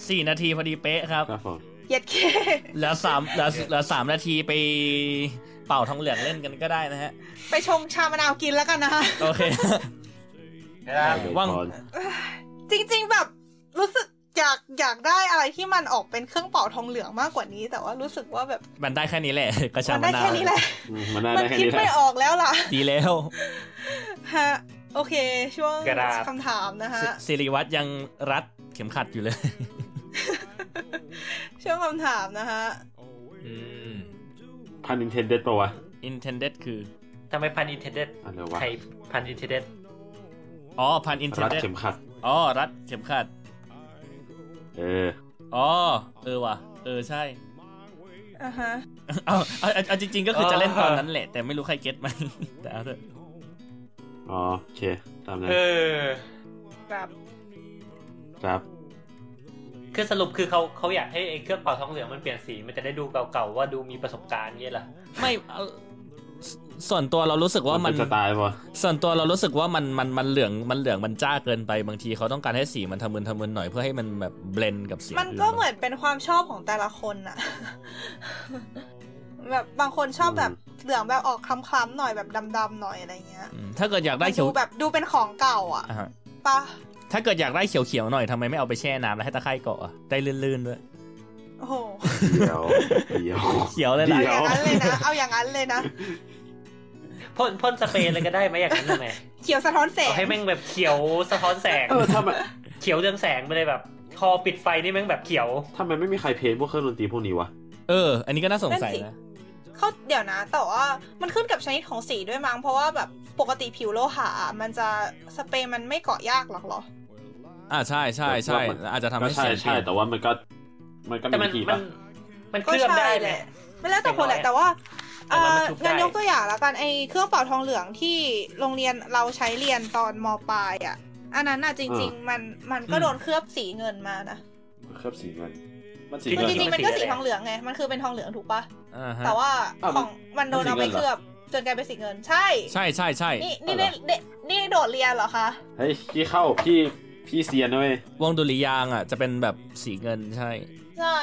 S2: สี่นาทีพอดีเป๊ะครับ
S6: ครับผม
S1: เย็ดเค
S2: เหลือสามเหลือเหลือสามนาทีไปเป่าทองเหลืองเล่นกันก็ได้นะฮะ
S1: *laughs* ไปชงชามะนาวกินแล้วกันนะคะ
S2: โอเค *laughs*
S4: นะครับ
S2: ว่าง
S6: ขอ
S1: จริงๆแบบรู้สึกอยากอยากได้อะไรที่มันออกเป็นเครื่องเป่าทองเหลืองมากกว่านี้ แต่ว่ารู้สึกว่าแบบ
S2: มันได้แค่นี้แหละ กระชา
S1: มั
S2: ก
S1: น
S2: มะ
S1: ได้
S2: นาว
S1: แค่นี้แหละ
S6: อืมมันน่า
S1: มัน
S6: ได้แค่
S1: คิด
S6: นี้แห
S1: ไม่
S6: ละ
S1: ออกแล้วล่ะ *laughs*
S2: ดีแล้ว
S1: ฮะโอเค ช่วงคำถามนะฮะ
S2: สิสิริวัตรยังรัดเข็มขัดอยู่เลย *laughs*
S1: ช่วงคำถามนะฮะ
S2: อืม
S6: พันอินเทนเด็ดปะวะ
S2: intended คือ
S4: ทำไมพันอินเทนเด็ด
S6: อะไรวะ
S4: ใครพันอินเทนเด็ด
S2: อ๋อพัน
S6: รัด
S2: intended
S6: เข็มขัด
S2: อ๋อรัดเข็มขัด
S6: เออ
S2: อ๋อ เออว่ะ เออใช่ *laughs*
S1: อ่าฮะ
S2: เอาเอาเอาเอาจริง ๆ ก็คือจะเล่นตอนนั้นแหละ แต่ไม่รู้ใครเก็ตไหม *laughs* แต่เอาเถอะ
S6: อ๋อโอเค ตามนั้น
S4: เออ
S1: แบบ
S6: ครับ
S4: คือสรุปคือเขาเขาอยากให้ไอ้เครื่องเป่าทองเหลืองมันเปลี่ยนสีมันจะได้ดูเก่าๆว่าดูมีประสบการณ์เงี้ยเหรอ
S2: ไม่เอาสส่วนตัวเรารู้สึกว่ามัน
S6: เป็นสไตล์ปะ
S2: ส่วนตัวเรารู้สึกว่ามันมันมันเหลืองมันเหลืองมันจ้าเกินไปบางทีเขาต้องการให้สีมันทะมึนทะมึนหน่อยเพื่อให้มันแบบเบลนกับสี
S1: มันก็เหมือนเป็นความชอบของแต่ละคนอะ *laughs* แบบบางคนชอบแบบเหลืองแบบออกคล้ำๆหน่อยแบบดำๆหน่อยอะไรเงี้ย
S2: อืมถ้าเกิดอยากได้
S1: มัน
S2: เขีย
S1: ดู
S2: ว
S1: แบบดูเป็นของเก่าอะ
S2: อ่าฮะ
S1: ปะ
S2: ถ้าเกิดอยากได้เขียวเขียวๆหน่อยทำไมไม่เอาไปแช่น้ำแล้วให้ตะไคร่เกาะอะได้ลื่นๆด้วย
S1: โอ้โห
S6: เดี๋ยวเดี๋ยว
S2: เขียวเลยล่ะ
S1: เอาอย่างนั้นเลยนะ เอาอย่างนั้นเลยนะ
S4: พ่นพ่นสเปรย์อะไรก็ได้ไหมอย่างนั้นทำไม
S1: เขียวสะท้อนแสง
S4: เอาให้แม่งแบบเขียวสะท้อนแสง
S6: เออทำไม
S4: เขียวเรืองแสงไปเลยแบบ คอปิดไฟนี่แม่งแบบเขียว
S6: ทำไมไม่มีใครเพลงพวกเครื่องดนตรีพวกนี้วะ
S2: เออ อันนี้ก็น่าสงสั
S1: นั่
S2: ย
S1: นสิ
S2: นะ
S1: เขาเดี๋ยวนะ แต่ว่ามันขึ้นกับชนิดของสีด้วยมั้ง เพราะว่าแบบปกติผิวโลหะอะมันจะสเปรย์มันไม่เกาะยากหรอกเหรอ
S2: อ่าใช่ใช่ใช่
S6: แต่ว่ามัน
S2: อาจจะทำ
S6: ก็
S2: ให้
S6: ใช่
S2: เสียงเป
S6: ใช่
S2: ลี่ยน
S6: แต่ว่ามันก็ มันก็
S4: แต่
S6: มี
S4: มัน
S6: ที
S4: มั
S6: ปะ
S4: นมันเค
S1: ก็
S4: ลือบ
S1: ใช่
S4: ได้
S1: แห
S4: แห
S1: ละ
S4: ละ
S1: มันแล้วแต่คนแหละ
S4: อย่างน้อย
S1: แต่ว่า
S4: แต่ว่ามันทุบ
S1: งั้น
S4: ได้
S1: ยกตัวอย่างแล้วกัน ไอ้เครื่องเป่าทองเหลืองที่โรงเรียนเราใช้เรียนตอนมปลายอ่ะ อันนั้นน่ะจริง ๆ มันมันก็โดนเคลือบสีเงินมานะ
S6: เคลือบสีเงินมันสี
S4: จริง
S1: มั
S6: เงิ
S1: นจ
S6: น
S1: ริงๆมัน
S6: ใช่ไหม
S1: ก็สีทองเหลืองไง มันคือเป็นทองเหลืองถูกปะ
S2: อ่าฮะ
S1: แต่ว่า
S6: อ้าว
S1: ของมันโดนเอาไป
S6: มันสีเงินเหรอ
S1: เคลือบจนกลายเป็นสีเงิน ใช่
S2: ใช่ใช่ใช่
S1: นี่นี่ได้ได้นี่ได้โดดเรียนเหรอคะ
S6: เฮ้ยพี่เข้าพี่พี่เซียนนะเว้ยว
S2: งดุริยางค์อ่ะจะเป็นแบบสีเงินใช่
S1: ใช่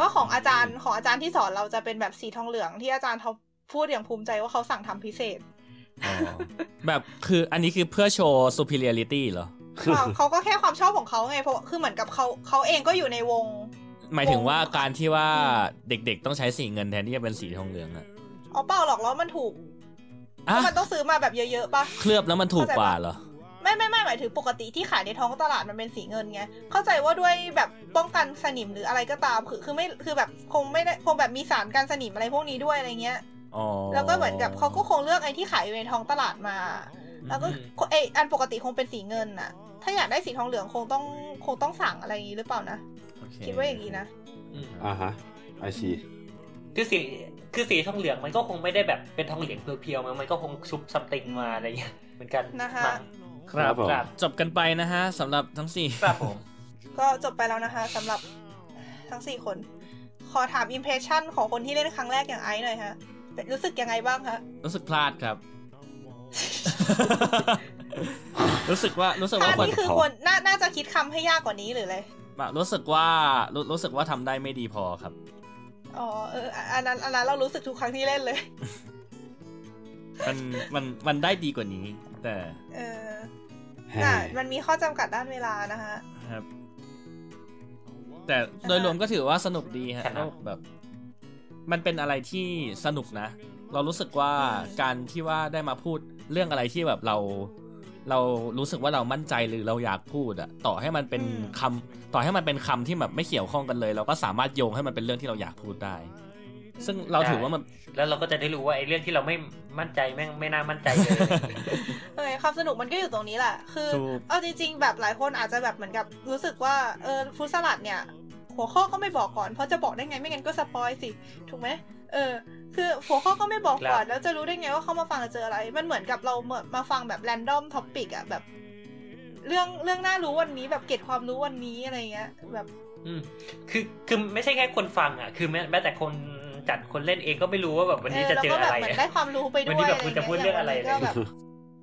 S1: ว่าของอาจารย์ของอาจารย์ที่สอนเราจะเป็นแบบสีทองเหลืองที่อาจารย์เขาพูดอย่างภูมิใจว่าเขาสั่งทำพิเศ
S2: *laughs*
S1: ษ *laughs*
S2: แบบคืออันนี้คือเพื่อโชว์ superiority เหรอ
S1: เปล่าเขาก็แค่ความชอบของเขาไงเพราะคือเหมือนกับเขาเขาเองก็อยู่ในวง
S2: หมายถึงว่า
S1: โอ้
S2: การที่ว่าเด็กๆต้องใช้สีเงินแทนที่จะเป็นสีทองเหลืองอะ
S1: เอาเปล่าหรอกแล้วมันถูก
S2: อ่ะ
S1: มันต้องซื้อมาแบบเยอะๆปะ
S2: เคลือบแล้วมันถูกกว่าเหรอ
S1: ไม่ไม่ไม่หมายถึงปกติที่ขายในท้องตลาดมันเป็นสีเงินไง เข้าใจว่าด้วยแบบป้องกันสนิมหรืออะไรก็ตามคือคือไม่คือแบบคงไม่ได้คงแบบมีสารกันสนิมอะไรพวกนี้ด้วยอะไรเงี้ย
S2: อ๋อ
S1: แล้วก็เหมือนกับเขาก็คงเลือกไอ้ที่ขายอยู่ในท้องตลาดมา แล้วก็
S4: อืม
S1: เอยอันปกติคงเป็นสีเงินน่ะ ถ้าอยากได้สีทองเหลืองคงต้องคงต้องสั่งอะไรอย่างนี้หรือเปล่านะ
S2: โเ
S1: คิดว่าอย่างนี้นะ
S4: อืม
S6: อ่าฮะไอซี
S4: คือสีคือสีทองเหลืองมันก็คงไม่ได้แบบเป็นทองเหลืองเพียวๆมันมันก็คงชุบซัมติงมาอะไรอย่างเงี้ยเหมือนกัน
S1: นะคะ
S4: มั้ง
S2: ครับ
S6: ผม
S4: ครับ
S2: จบกันไปนะฮะสำหรับทั้งสี่
S4: ครับผม
S1: ก็จบไปแล้วนะคะสำหรับทั้งสี่คน ขอถามอิมเพรสชั่นของคนที่เล่นครั้งแรกอย่างไอซ์หน่อยฮะเป็นรู้สึกยังไงบ้างคะ
S2: รู้สึกพลาดครับ *laughs* รู้สึกว่ารู้สึก
S1: ถ้า
S2: ว่าคน
S1: นี่คือคนน่าน่าจะคิดคำให้ยากกว่านี้หรือเลย
S2: รู้สึกว่ารู้รู้สึกว่าทำได้ไม่ดีพอครับ
S1: อ๋อเอออันนั้นอันนั้นเรารู้สึกทุกครั้งที่เล่นเลย
S2: มันมันมันได้ดีกว่านี้ แต่
S1: เออ
S6: เฮ้
S1: น่ะ
S6: ย
S1: มันมีข้อจำกัดด้านเวลานะคะ
S2: ครับ แต่โดยรวมก็ถือว่าสนุกดีฮะ
S4: ครับ
S2: แล้วแบบ มันเป็นอะไรที่สนุกนะ เรารู้สึกว่า
S1: อืม
S2: การที่ว่าได้มาพูดเรื่องอะไรที่แบบเรา เรารู้สึกว่าเรามั่นใจหรือเราอยากพูดอะต่อให้มันเป็นคำต่อให้มันเป็นคำที่แบบไม่เกี่ยวข้องกันเลย เราก็สามารถโยงให้มันเป็นเรื่องที่เราอยากพูดได้ ซึ่งเราถือว่ามัน
S4: แล้วเราก็จะได้รู้ว่าไอ้เรื่องที่เราไม่มั่นใจแม่งไม่น่ามั่นใจเลย
S1: เออความสนุกมันก็อยู่ตรงนี้แหละ คือ
S2: ถูก
S1: เอาจริงๆ แบบหลายคนอาจจะแบบเหมือนกับรู้สึกว่าเออฟรุตสลัดเนี่ย หัวข้อก็ไม่บอกก่อนเพราะจะบอกได้ไงไม่งั้นก็สปอยสิ ถูกไหมเออ คือหัวข้อก็ไม่บอกก่อน
S4: ครับ
S1: แล้วจะรู้ได้ไงว่าเขามาฟังจะเจออะไร มันเหมือนกับเราเหมือนมาฟังแบบแรนดอมท็อปิกอะแบบ เรื่องเรื่องน่ารู้วันนี้แบบเก็บความรู้วันนี้อะไรเงี้ย แบบ
S4: อืมคือคือไม่ใช่แค่คนฟังอ่ะ คือแม้แม้แต่คนจัดคนเล่นเองก็ไม่รู้ว่าแบบวันนี้จะเจอ
S1: ก็
S4: อะ
S1: แบบ
S4: ไร
S1: เหมือนได้ความรู้ไปด้วย
S4: วันนี้แบบคุณจะพูดเรื่องอะไร
S1: ย่างเงี้ยก็แบบ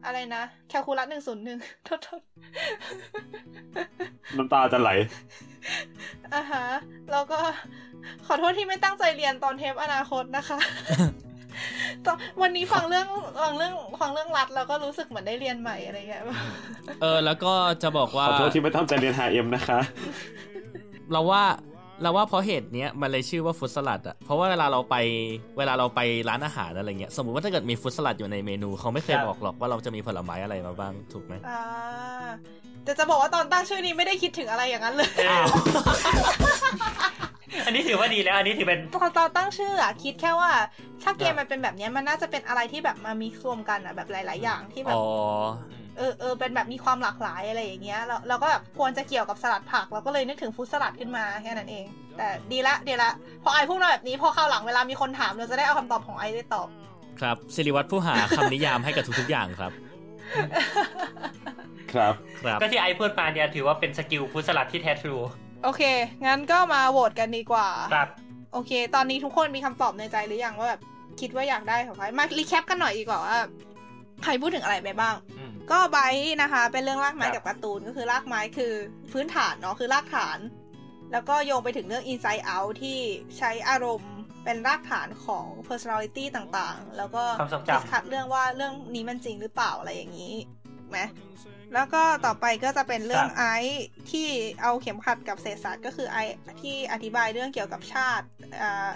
S1: อะไรนะแคลคูลัสหนึ่งศูนย์หนึ่ง *laughs* โทษโทษ
S6: น้ำตาจะไหล
S1: อ่าฮะแล้วก็ *laughs* ขอโทษที่ไม่ตั้งใจเรียนตอนเทปอนาคตนะคะ *laughs* ตอนวันนี้ฟังเรื่องฟังเรื่องฟังเรื่องรัดแล้วก็รู้สึกเหมือนได้เรียนใหม่อะไรเงี้ย *laughs*
S2: เออ แล้วก็จะบอกว่า
S6: ขอโทษที่ไม่ตั้งใจเรียนหาเอ็มนะคะ
S2: เราว่าเราว่าเพราะเหตุเนี้ยมันเลยชื่อว่าฟรุตสลัดอะเพราะว่าเวลาเราไปเวลาเราไปร้านอาหารอะไรเงี้ยสมมติว่าถ้าเกิดมีฟรุตสลัดอยู่ในเมนูเขาไม่เคย
S4: ครับ
S2: บอกหรอกว่าเราจะมีผลไม้อะไรมาบ้างถูกไหม
S1: อ่าแต่จะบอกว่าตอนตั้งชื่อนี้ไม่ได้คิดถึงอะไรอย่างนั้น *laughs* เลย
S4: อ้าวอันนี้ถือว่าดีแล้ว อันนี้ถือเป็น
S1: ตอนตอนตั้งชื่ออะคิดแค่ว่า ถ้าเกมมันเป็นแบบเนี้ยมันน่าจะเป็นอะไรที่แบบมามีรวมกันอะแบบหลาย ๆ อย่างที่แบบ
S2: อ๋อ
S1: เออเออเป็นแบบมีความหลากหลายอะไรอย่างเงี้ยเราเราก็แบบควรจะเกี่ยวกับสลัดผักเราก็เลยนึกถึงฟรุตสลัดขึ้นมาแค่นั้นเอง แต่ดีละดีละพอไอพูดมาแบบนี้พอเข้าวหลังเวลามีคนถามเราจะได้เอาคำตอบของไอได้ตอบ
S2: ครับสิริวัตรผู้หาคำนิยามให้กับทุกๆอย่างครับ
S6: ครับ
S2: ครับ
S4: ก็ที่ไอพูดมาเนี่ยถือว่าเป็นสกิลฟุตสลัดที่แท้ทรู
S1: *laughs* โอเค งั้นก็มาโหวตกันดีกว่า
S4: ครับ
S1: โอเค ตอนนี้ทุกคนมีคำตอบในใจหรือยังว่าแบบคิดว่าอยากได้ของใคร มารีแคปกันหน่อยดีกว่าว่าใครพูดถึงอะไรไปบ้าง
S4: อืม
S1: ก็ไบร์ทนะคะ เป็นเรื่องรากไม้
S4: ครับ
S1: กับการ์ตูนก็คือรากไม้คือพื้นฐานเนาะคือรากฐาน แล้วก็โยงไปถึงเรื่อง Inside Out ที่ใช้อารมณ์เป็นรากฐานของ personality ต่างๆ แล้วก็
S4: ความทรงจำ
S1: ดิสคัดเรื่องว่าเรื่องนี้มันจริงหรือเปล่าอะไรอย่างนี้ถูกไหมแล้วก็ต่อไปก็จะเป็นเรื่องไอซ์ที่เอาเข็มขัดกับเศษศาสตร์ก็คือไอซ์ที่อธิบายเรื่องเกี่ยวกับชาติอ่า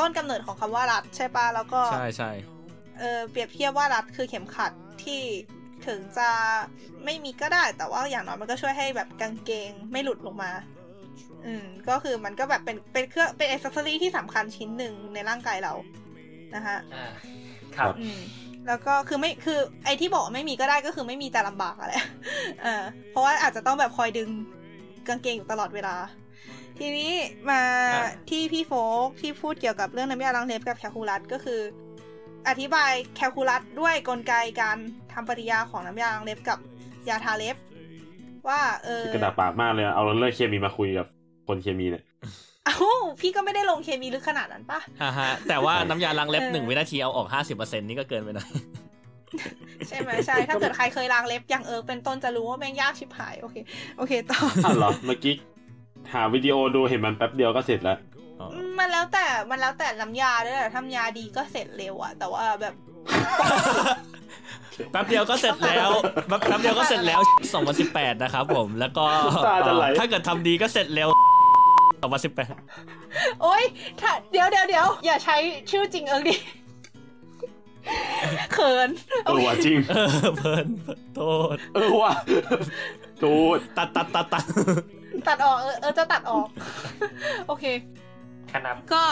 S1: ต้นกำเนิดของคำว่ารัฐใช่ปะแล้วก็
S2: ใช่ใช่
S1: เออเปรียบเทียบว่ารัดคือเข็มขัดที่ถึงจะไม่มีก็ได้ แต่ว่าอย่างน้อยมันก็ช่วยให้แบบกางเกงไม่หลุดลงมา อืมก็คือมันก็แบบเป็นเป็นเครื่องเป็นอิสซอรี่ที่สำคัญชิ้นหนึ่งในร่างกายเรานะคะ
S4: อ่าครับ
S1: อืมแล้วก็คือไม่คือไอที่บอกว่าไม่มีก็ได้ก็คือไม่มีแต่ลำบากอะแหละ *laughs* เออเพราะว่าอาจจะต้องแบบคอยดึงกางเกงอยู่ตลอดเวลา ทีนี้มา
S4: อ่ะ
S1: ที่พี่โฟกซ์ที่พูดเกี่ยวกับเรื่องน้ำยาล้างเล็บกับแคลคูลัสก็คือ อธิบายแคลคูลัสด้วยกลไกการทำปฏิกิริยาของน้ำยาล้างเล็บกับยาทาเล็บ ว่าเออ
S6: คือกระดาษปากมากเลยอะเอาเลิกเคมีมาคุยกับคนเคมีเนี่ย
S1: เอ้าพี่ก็ไม่ได้ลงเคมีลึกขนาดนั้นปะ
S2: ฮ่าฮะแต่ว่าน้ำยาล้างเล็บ
S1: เออ
S2: หนึ่งวินาทีเอาออก 50%นี่ก็เกินไปหน่อย
S1: ใช่ไหมใช่ถ้าเกิดใครเคยล้างเล็บอย่างเออเป็นต้นจะรู้ว่าแม่งยากชิบหายโอเคโอเคต่อ
S6: อ้าวเหรอ เมื่อกี้หาวิดีโอดูเห็นมันแป๊บเดียวก็เสร็จแล้ว
S2: อ๋อ
S1: อืมมันแล้วแต่ มันแล้วแต่น้ำยาด้วยแหละถ้าน้ำยาดีก็เสร็จเร็วอะแต่ว่าแบบ *laughs*
S2: แป๊บเดียวก็เสร็จแล้วแป๊บแป๊บเดียวก็เสร็จแล้ว 2018 นะครับผมแล้วก็
S6: ตาจะไหล
S2: ถ้าเกิดทำดีก็เสร็จเร็ว 2018
S1: โอ๊ยถ้าเดี๋ยวเดี๋ยวเดี๋ยวอย่าใช้ชื่อจริงเอิงดิ *laughs* เขิน
S6: เออว่ะจริง
S2: เออเพลินเพลินโทษ
S6: เออ *laughs* ว่ะตูด
S2: ตัดตัดตัดตัด
S1: ตัดออกเออเออจะตัดออก *laughs* โอเค
S4: ครับ
S1: ก็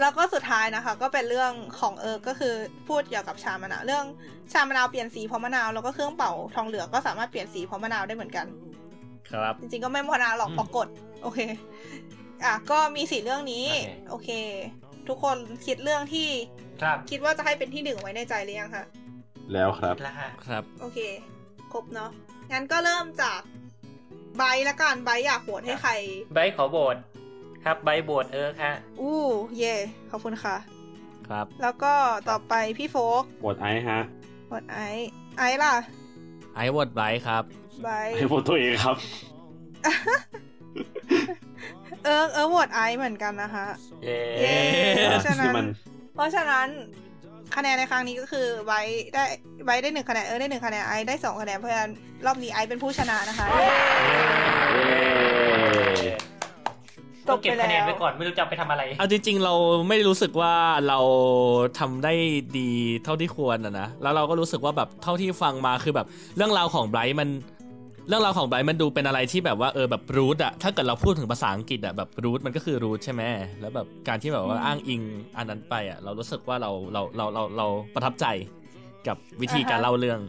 S1: แล้วก็สุดท้ายนะคะ ก็เป็นเรื่องของเอิร์กก็คือพูดเกี่ยวกับชามะนาวเรื่องชามะนาวเปลี่ยนสีเพราะมะนาวแล้วก็เครื่องเป่าทองเหลืองก็สามารถเปลี่ยนสีเพราะมะนาวได้เหมือนกัน
S2: ครับ
S1: จริงๆก็ไม่มะนาวหรอก
S4: อืม
S1: ปรากฏโอเค อ่ะก็มีสีเรื่องนี้
S4: โอ
S1: โอ
S4: เค
S1: เค ทุกคนคิดเรื่องที่
S4: ครับ
S1: คิดว่าจะให้เป็นที่หนึ่งไว้ในใจหรือยังคะ
S6: แล้วครับ
S4: แล้วฮะ
S2: ครับ
S1: โอเค ครบเนาะงั้นก็เริ่มจากไบร์ทละกันไบร์ทอยากโหวตให้ใคร
S4: ใบขอโบทครับใบโบทเออฮะ
S1: อู้เย่ขอบคุณค่ะ
S2: ครับ
S1: แล้วก็ต่อไปพี่โฟก
S6: โหวตไอซ์ฮะ
S1: โหวตไอซ์ไอซ์ล่ะ
S2: ไอวอดไบรท์ครับ
S1: ไบร์ท
S6: ให้โหวตตัวเองครับ
S1: เออเออโหวตไอซ์เหมือนกันนะคะ
S4: เย้
S1: เย้ เพราะฉะนั้
S6: ที่
S1: น
S6: มัน
S1: เพราะฉะนั้นคะแนนในครั้งนี้ก็คือไว้ได้ไว้ได้หนึ่งคะแนนเออได้หนึ่งคะแนนไอซ์ได้สองคะแนนเพราะฉะนั้นรอบนี้ไอซ์เป็นผู้ชนะนะคะ
S6: เย้
S4: ต้องเก็บคะแนนไว้ก่อนไม่รู้จะเอาไปทำอะไร
S2: เอาจริง ๆ เราไม่รู้สึกว่าเราทำได้ดีเท่าที่ควรนะนะ แล้วเราก็รู้สึกว่าแบบเท่าที่ฟังมาคือแบบเรื่องราวของไบรท์มัน เรื่องราวของไบรท์มันดูเป็นอะไรที่แบบว่าเออแบบรูทอะถ้าเกิดเราพูดถึงภาษาอังกฤษอะแบบรูทมันก็คือรูทใช่ไหมแล้วแบบการที่แบบว่าอ้างอิงอันนั้นไปอะเรารู้สึกว่าเราเราเราเราเราประทับใจกับวิธีการ
S1: อ่าฮะ
S2: เล่าเรื่อง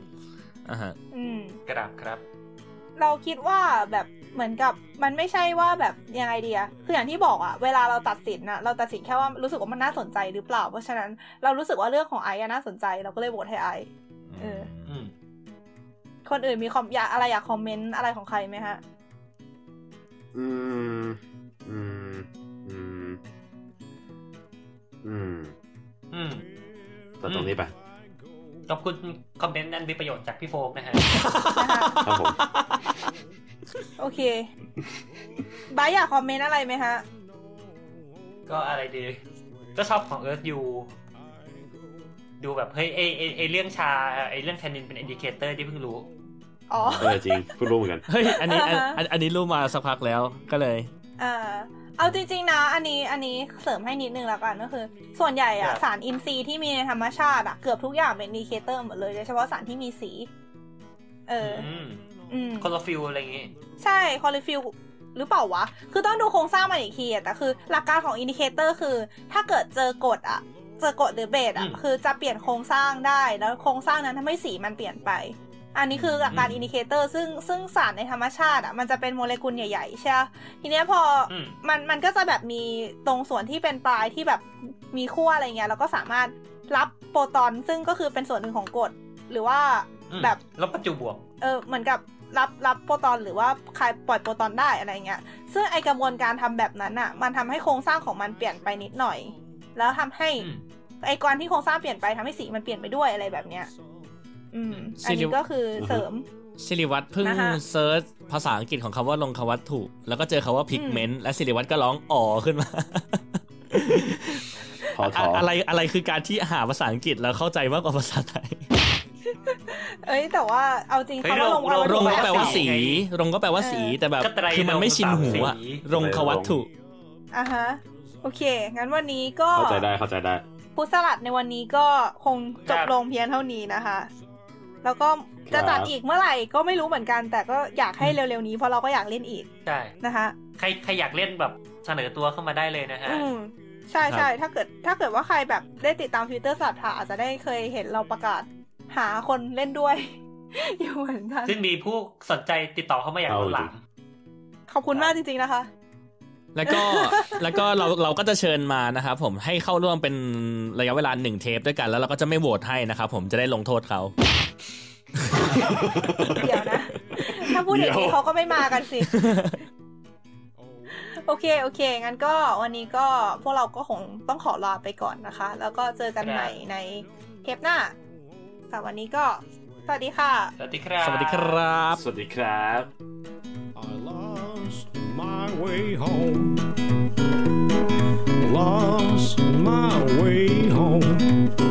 S2: อ่าฮะ
S1: อืม
S4: กระดาบครับ
S1: เราคิดว่าแบบเหมือนกับมันไม่ใช่ว่าแบบยังไงเดียคืออย่างที่บอกอะเวลาเราตัดสินนะเราตัดสินแค่ว่ารู้สึกว่ามันน่าสนใจหรือเปล่า เพราะฉะนั้นเรารู้สึกว่าเรื่องของไอซ์อะน่าสนใจเราก็เลยโหวตให้ไอซ์ เออ
S4: อืม
S1: คนอื่นมีคอมอยากอะไรอยากคอมเมนต์อะไรของใครไหมฮะ *laughs*
S5: อืม อืม อืม อืม
S4: อืม
S5: ต่อตรงนี้ไป
S4: ขอบคุณคอมเมนต์อันมีประโยชน์จากพี่โฟกนะฮะ
S5: ครับผม
S1: โอเคบายอยากคอมเมนต์อะไรไหมฮะ
S4: ก็อะไรดี ก็ชอบของเอิร์ธยูดูแบบ เฮ้ยไอไอไอเรื่องชาไอเรื่องแทนนินเป็นอินดิเคเตอร์ที่เพิ่งรู้
S1: อ๋อ
S6: เออจริงเพิ่งรู้เหมือนกัน
S2: เฮ้ย อันนี้อัน
S1: อ่าฮะ
S2: อันอันนี้รู้มาสักพักแล้วก็เลย
S1: เออเอาจริง ๆ นะ อันนี้อันนี้เสริมให้นิดนึงแล้วกันก็คือ ส่วนใหญ่
S4: ครั
S1: อะ
S4: บ
S1: สารอินทรีย์ที่มีในธรรมชาติอะเกือบทุกอย่างเป็นดีเคเตอร์หมดเลยโดยเฉพาะสารที่มีสี เออ
S4: ม
S1: อืม
S4: คอลอฟิลอะไรอย่างงี้
S1: ใช่คอลิฟิลหรือเปล่าวะ คือต้องดูโครงสร้างมันอีกทีอะแต่คือหลักการของอินดิเคเตอร์คือ ถ้าเกิดเจอกฎอะเจอกฎหรือเบสอะ
S4: อืม
S1: คือจะเปลี่ยนโครงสร้างได้ แล้วโครงสร้างนั้นทำให้สีมันเปลี่ยนไป อันนี้คือหลักการ
S4: อืม
S1: อินดิเคเตอร์ซึ่งซึ่งสารในธรรมชาติอะมันจะเป็นโมเลกุลใหญ่ๆใช่ปะทีเนี้ยพออ
S4: อืม
S1: มันมันก็จะแบบมีตรงส่วนที่เป็นปลายที่แบบมีขั้วอะไรเงี้ยแล้วก็สามารถรับโปรตอนซึ่งก็คือเป็นส่วนหนึ่งของกฎหรือว่า
S4: อืม
S1: แบบ
S4: ลบปัจจุบวก
S1: เออเหมือนกับรับรับโปรตอนหรือว่าคายปล่อยโปรตอนได้อะไรเงี้ย ซึ่งไอกระบวนการทำแบบนั้นอะ่ะ มันทำให้โครงสร้างของมันเปลี่ยนไปนิดหน่อย แล้วทำให้
S4: อืม
S1: ไอการที่โครงสร้างเปลี่ยนไปทำให้สีมันเปลี่ยนไปด้วยอะไรแบบเนี้ย อืม อัน
S2: สิริ
S1: นี้ก็คือเสริม
S2: สิริวัตรเพิ่ง
S1: อ่าฮะ
S2: เซิร์ชภาษาอังกฤษของคำว่าลงควัตถุ แล้วก็เจอคำว่าพิกเมนต์และสิริวัตรก็ร้องอ๋อขึ้นมา
S6: ขอถอ
S2: อะ
S6: อ
S2: อะไรอะไรคือการที่หาภาษาอังกฤษแล้วเข้าใจมากกว่าภาษาไทย
S1: เอ้ยแต่ว่าเอาจริง
S4: เฮ้ย
S1: คำว่าล
S4: ล
S1: งคำ
S4: ง
S1: ว่า
S2: รง
S4: ง
S2: ก็แปลว่า
S1: เสา
S2: สี รงก็แปลว่าสีแต่แบบ
S4: ก็ไตร
S2: คือมันไม่ชินหูอะ
S4: สี
S2: รงควัตถุ
S1: อ่ะฮะ โอเค งั้นวันนี้ก็
S6: เข้าใจได้เข้าใจได้
S1: พุทธสลัดในวันนี้ก็คงจบ
S4: ครับ
S1: ลงเพียงเท่านี้นะคะ แล้วก็จะจัด
S6: ครับ
S1: อีกเมื่อไหร่ก็ไม่รู้เหมือนกัน แต่ก็อยากให้เร็วๆนี้เพราะเราก็อยากเล่นอีก
S4: ใช่
S1: นะคะ
S4: ใครใครอยากเล่นแบบเสนอตัวเข้ามาได้เลยนะฮะ
S1: อืมใช่
S2: ครับ
S1: ใช่ถ้าเกิดถ้าเกิดว่าใครแบบได้ติดตามฟิวเตอร์สลัดผ่าอาจจะได้เคยเห็นเราประกาศหาคนเล่นด้วย *laughs* อยู่เหมือนกัน
S4: ซึ่งมีผู้สนใจติดต่อเข้ามาอย่างล้นหลาม
S1: ขอบคุณมากจริงๆนะคะ *laughs*
S2: แล้วก็ *laughs* แล้วก็เราเราก็จะเชิญมานะครับผมให้เข้าร่วมเป็นระยะเวลาหนึ่งเทปด้วยกันแล้วเราก็จะไม่โหวตให้นะครับผมจะได้ลงโทษเขา
S1: เดี๋ยวนะ ถ้าพูดอย่างนี้เขาก็ไม่มากันสิ โอเค โอเค งั้นก็วันนี้ก็พวกเราก็คงต้องขอลาไปก่อนนะคะ แล้วก็เจอกัน
S4: ครับ
S1: ใหม่ในเทปหน้าสำหรับวันนี้ก็ สวัสดีค่ะ
S4: สวัสดีครับ
S2: สวัสดีครับ
S6: สวัสดีครับ
S7: I lost my way home. Lost my way home.